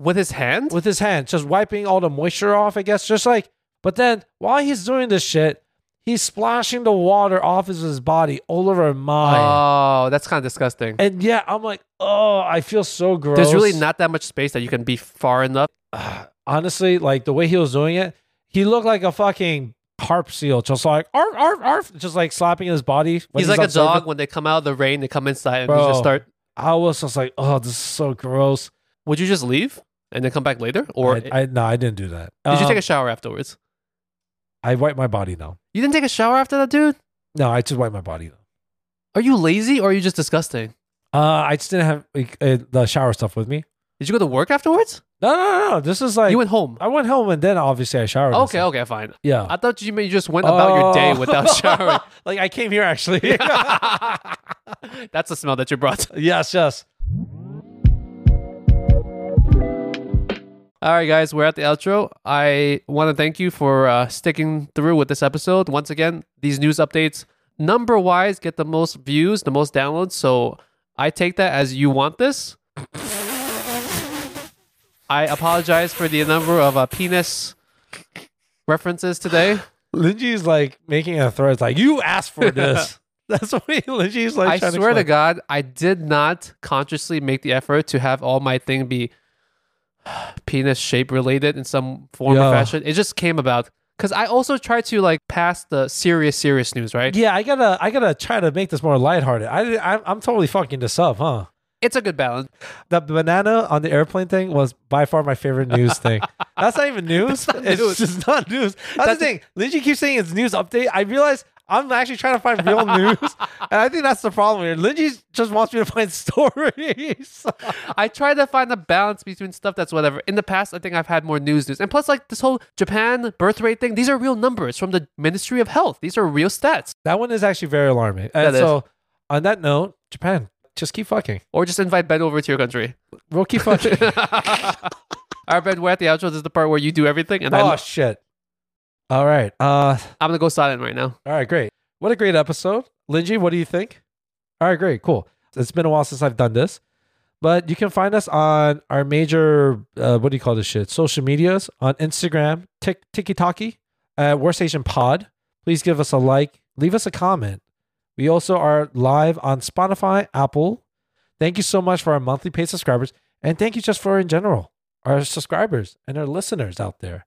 A: With his hand.
B: with his hands, just wiping all the moisture off, I guess. Just like, but then while he's doing this shit, He's splashing the water off of his body all over mine.
A: Oh, that's kind of disgusting.
B: and yeah, I'm like, oh, I feel so gross.
A: There's really not that much space that you can be far enough.
B: honestly, like the way he was doing it, he looked like a fucking harp seal, just like arf, arf, arf, just like slapping his body. when
A: he's like
B: on
A: a dog
B: surface.
A: when they come out of the rain, they come inside and they
B: Bro.
A: just start.
B: I was just like, oh, this is so gross.
A: Would you just leave and then come back later, or
B: I, I- no, I didn't do that.
A: did you take
B: Um,
A: a shower afterwards?
B: I wiped my body now.
A: You didn't take a shower after that, dude.
B: No, I just wiped my body.
A: Are you lazy or are you just disgusting?
B: Uh, I just didn't have like, uh, the shower stuff with me.
A: Did you go to work afterwards?
B: No, no, no, no. This is like
A: you went home.
B: I went home and then obviously I showered. and
A: Okay,
B: stuff.
A: okay, fine.
B: yeah.
A: I thought you meant you just went about your day
B: Oh.
A: without showering.
B: like I came here actually.
A: That's the smell that you brought.
B: yes, yes.
A: All right, guys, we're at the outro. I want to thank you for uh, sticking through with this episode. Once again, these news updates, number wise, get the most views, the most downloads. So I take that as you want this. I apologize for the number of uh, penis references today.
B: Linji's like making a threat. It's like you asked for this. That's what he, Linji's like.
A: I
B: trying
A: swear to
B: explain.
A: God, I did not consciously make the effort to have all my thing be penis shape related in some form
B: Yeah.
A: or fashion. It just came about because I also try to like pass the serious, serious news. Right?
B: Yeah, I gotta, I gotta try to make this more lighthearted. I, didn't- I'm, I'm totally fucking this up, huh?
A: It's a good balance.
B: The banana on the airplane thing was by far my favorite news thing. That's not even news. it's
A: news.
B: just not news. That's,
A: That's-
B: the thing. Linji keeps saying it's news update. I realize I'm actually trying to find real news, and I think that's the problem here. Linji just wants me to find stories.
A: I try to find a balance between stuff that's whatever. In the past, I think I've had more news news, and plus like this whole Japan birth rate thing. These are real numbers from the Ministry of Health. These are real stats.
B: that one is actually very alarming. And
A: That is.
B: so, on that note, Japan, just keep fucking.
A: Or just invite Ben over to your country.
B: We'll keep fucking.
A: All right, Ben, we're at the outro. This is the part where you do everything, and I-
B: oh shit! All right, uh,
A: I'm gonna go silent right now.
B: all right, great. What a great episode, Linji. What do you think? All right, great, cool. It's been a while since I've done this, but you can find us on our major uh, what do you call this shit? Social medias on Instagram, Tik TikToki, at Worst Asian Pod. Please give us a like, leave us a comment. We also are live on Spotify, Apple. Thank you so much for our monthly paid subscribers, and thank you just for in general our subscribers and our listeners out there.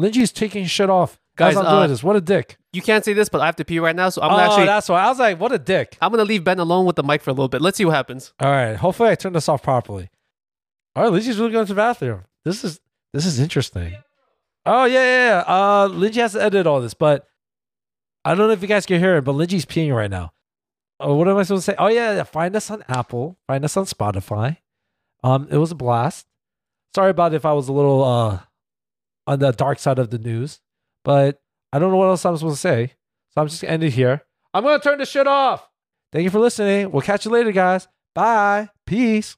B: Linji's taking shit off.
A: Guys,
B: Guys, I'm
A: uh,
B: doing this. What a dick.
A: You can't see this, but I have to pee right now, so I'm
B: oh,
A: gonna actually
B: that's why I was like, what a dick.
A: I'm gonna leave Ben alone with the mic for a little bit. Let's see what happens.
B: All right. Hopefully, I turned this off properly. All right, Lindsay's really going to the bathroom. This is this is interesting. Oh yeah, yeah. yeah. Uh, Lindsay has to edit all this, but I don't know if you guys can hear it, but Lindsay's peeing right now. Oh, what am I supposed to say? Oh yeah, yeah. Find us on Apple. Find us on Spotify. Um, it was a blast. Sorry about if I was a little uh on the dark side of the news, but I don't know what else I'm supposed to say, so I'm just gonna end it here. I'm gonna turn this shit off. Thank you for listening. We'll catch you later, guys. Bye. Peace.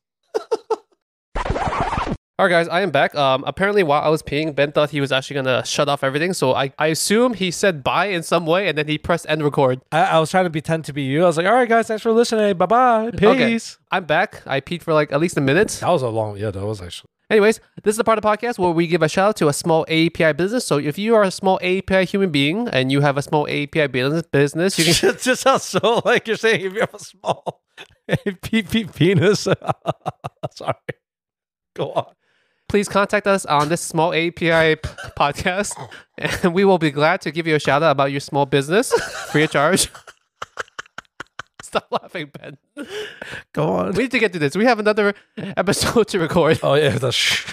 A: All right, guys, I am back. Um, apparently, while I was peeing, Ben thought he was actually gonna shut off everything, so I, I assume he said bye in some way, and then he pressed end record.
B: I, I was trying to pretend to be you. I was like, all right, guys, thanks for listening. Bye bye. Peace.
A: Okay. I'm back. I peed for like at least a minute.
B: That was a long, yeah, that was actually.
A: Anyways, this is the part of the podcast where we give a shout out to a small API business. So if you are a small API human being and you have a small API business, business, you can
B: it just sounds so like you're saying if you have a small peep peep penis. Sorry. Go on.
A: please contact us on this small API p- podcast, and we will be glad to give you a shout out about your small business free of charge. Stop laughing, Ben.
B: Go on.
A: We need to get to this. We have another episode to record.
B: Oh, yeah. The sh-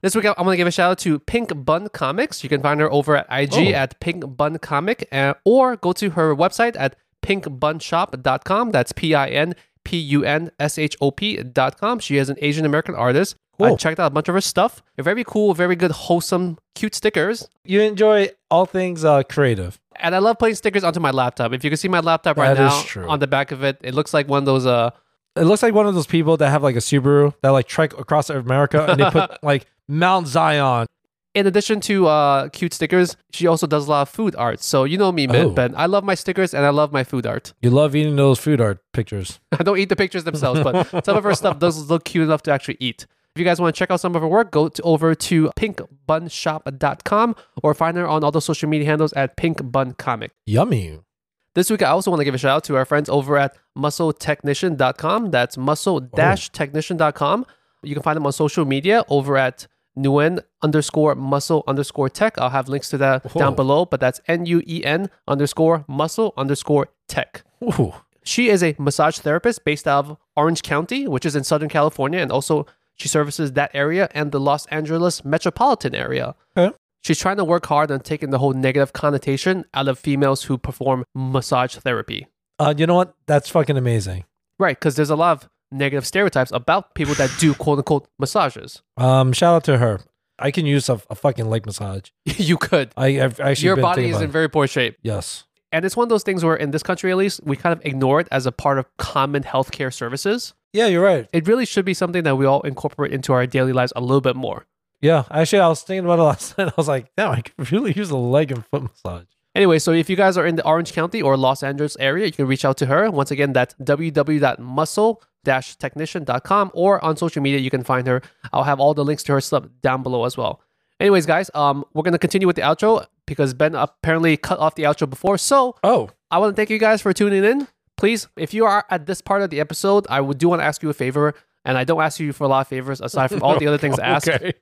A: This week, I'm going to give a shout out to Pink Bun Comics. You can find her over at IG
B: Oh.
A: at Pink Bun Comic, uh, or go to her website at pinkbunshop.com. That's P I N P U N S H O P.com. She is an Asian American artist. I
B: Cool.
A: checked out a bunch of her stuff. They're very cool, very good, wholesome, cute stickers.
B: you enjoy all things uh, creative.
A: And I love putting stickers onto my laptop. If you can see my laptop right
B: That is
A: now,
B: true.
A: on the back of it, it looks like one of those. Uh,
B: It looks like one of those people that have like a Subaru that like trek across America and they put like Mount Zion.
A: in addition to uh, cute stickers, she also does a lot of food art. So you know me, man,
B: Oh.
A: Ben. I love my stickers and I love my food art.
B: You love eating those food art pictures.
A: I don't eat the pictures themselves, but some of her stuff does look cute enough to actually eat. If you guys want to check out some of her work, go to, over to pinkbunshop.com or find her on all the social media handles at pinkbuncomic.
B: Yummy.
A: This week, I also want to give a shout out to our friends over at muscletechnician.com. That's muscle-technician.com. You can find them on social media over at Nguyen underscore muscle underscore tech. I'll have links to that
B: Whoa.
A: down below, but that's N-U-E-N underscore muscle underscore tech.
B: Ooh.
A: She is a massage therapist based out of Orange County, which is in Southern California, and also she services that area and the Los Angeles metropolitan area.
B: Okay.
A: She's trying to work hard on taking the whole negative connotation out of females who perform massage therapy.
B: Uh, you know what? That's fucking amazing.
A: Right, because there's a lot of negative stereotypes about people that do quote unquote massages.
B: Um, shout out to her. I can use a, a fucking leg massage.
A: you could.
B: I, I've actually
A: Your
B: been
A: body
B: thinking
A: is
B: about
A: in
B: it.
A: very poor shape.
B: yes.
A: And it's one of those things where, in this country at least, we kind of ignore it as a part of common healthcare services.
B: Yeah, you're right.
A: It really should be something that we all incorporate into our daily lives a little bit more.
B: Yeah, actually, I was thinking about it last night. I was like, damn, I could really use a leg and foot massage.
A: Anyway, so if you guys are in the Orange County or Los Angeles area, you can reach out to her. Once again, that's www.muscle-technician.com or on social media, you can find her. I'll have all the links to her stuff down below as well. Anyways, guys, um, we're going to continue with the outro because Ben apparently cut off the outro before. So
B: Oh,
A: I want to thank you guys for tuning in. Please, if you are at this part of the episode, I would do want to ask you a favor. And I don't ask you for a lot of favors aside from all the other things asked.
B: okay.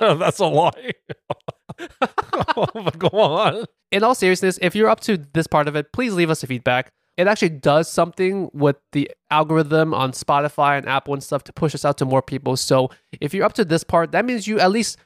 B: Oh, That's a lie. but go on.
A: in all seriousness, if you're up to this part of it, please leave us a feedback. It actually does something with the algorithm on Spotify and Apple and stuff to push us out to more people. So if you're up to this part, that means you at least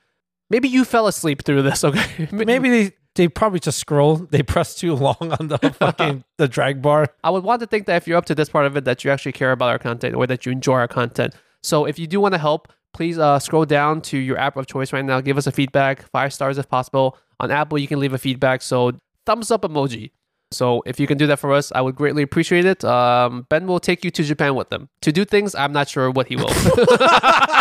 A: maybe you fell asleep through this. Okay,
B: Maybe they, they probably just scroll. They press too long on the fucking the drag bar.
A: I would want to think that if you're up to this part of it, that you actually care about our content or that you enjoy our content. So if you do want to help, please uh, scroll down to your app of choice right now. Give us a feedback, five stars if possible. On Apple, you can leave a feedback. So thumbs up emoji. So if you can do that for us, I would greatly appreciate it. Um, ben will take you to Japan with them to do things. I'm not sure what he will.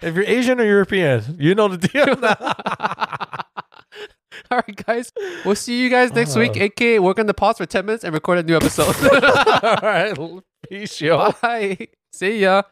B: If you're Asian or European, you know the deal.
A: All right, guys. We'll see you guys next week. AKA, we're going to pause for 10 minutes and record a new episode.
B: All right. Peace, yo.
A: Bye. See ya.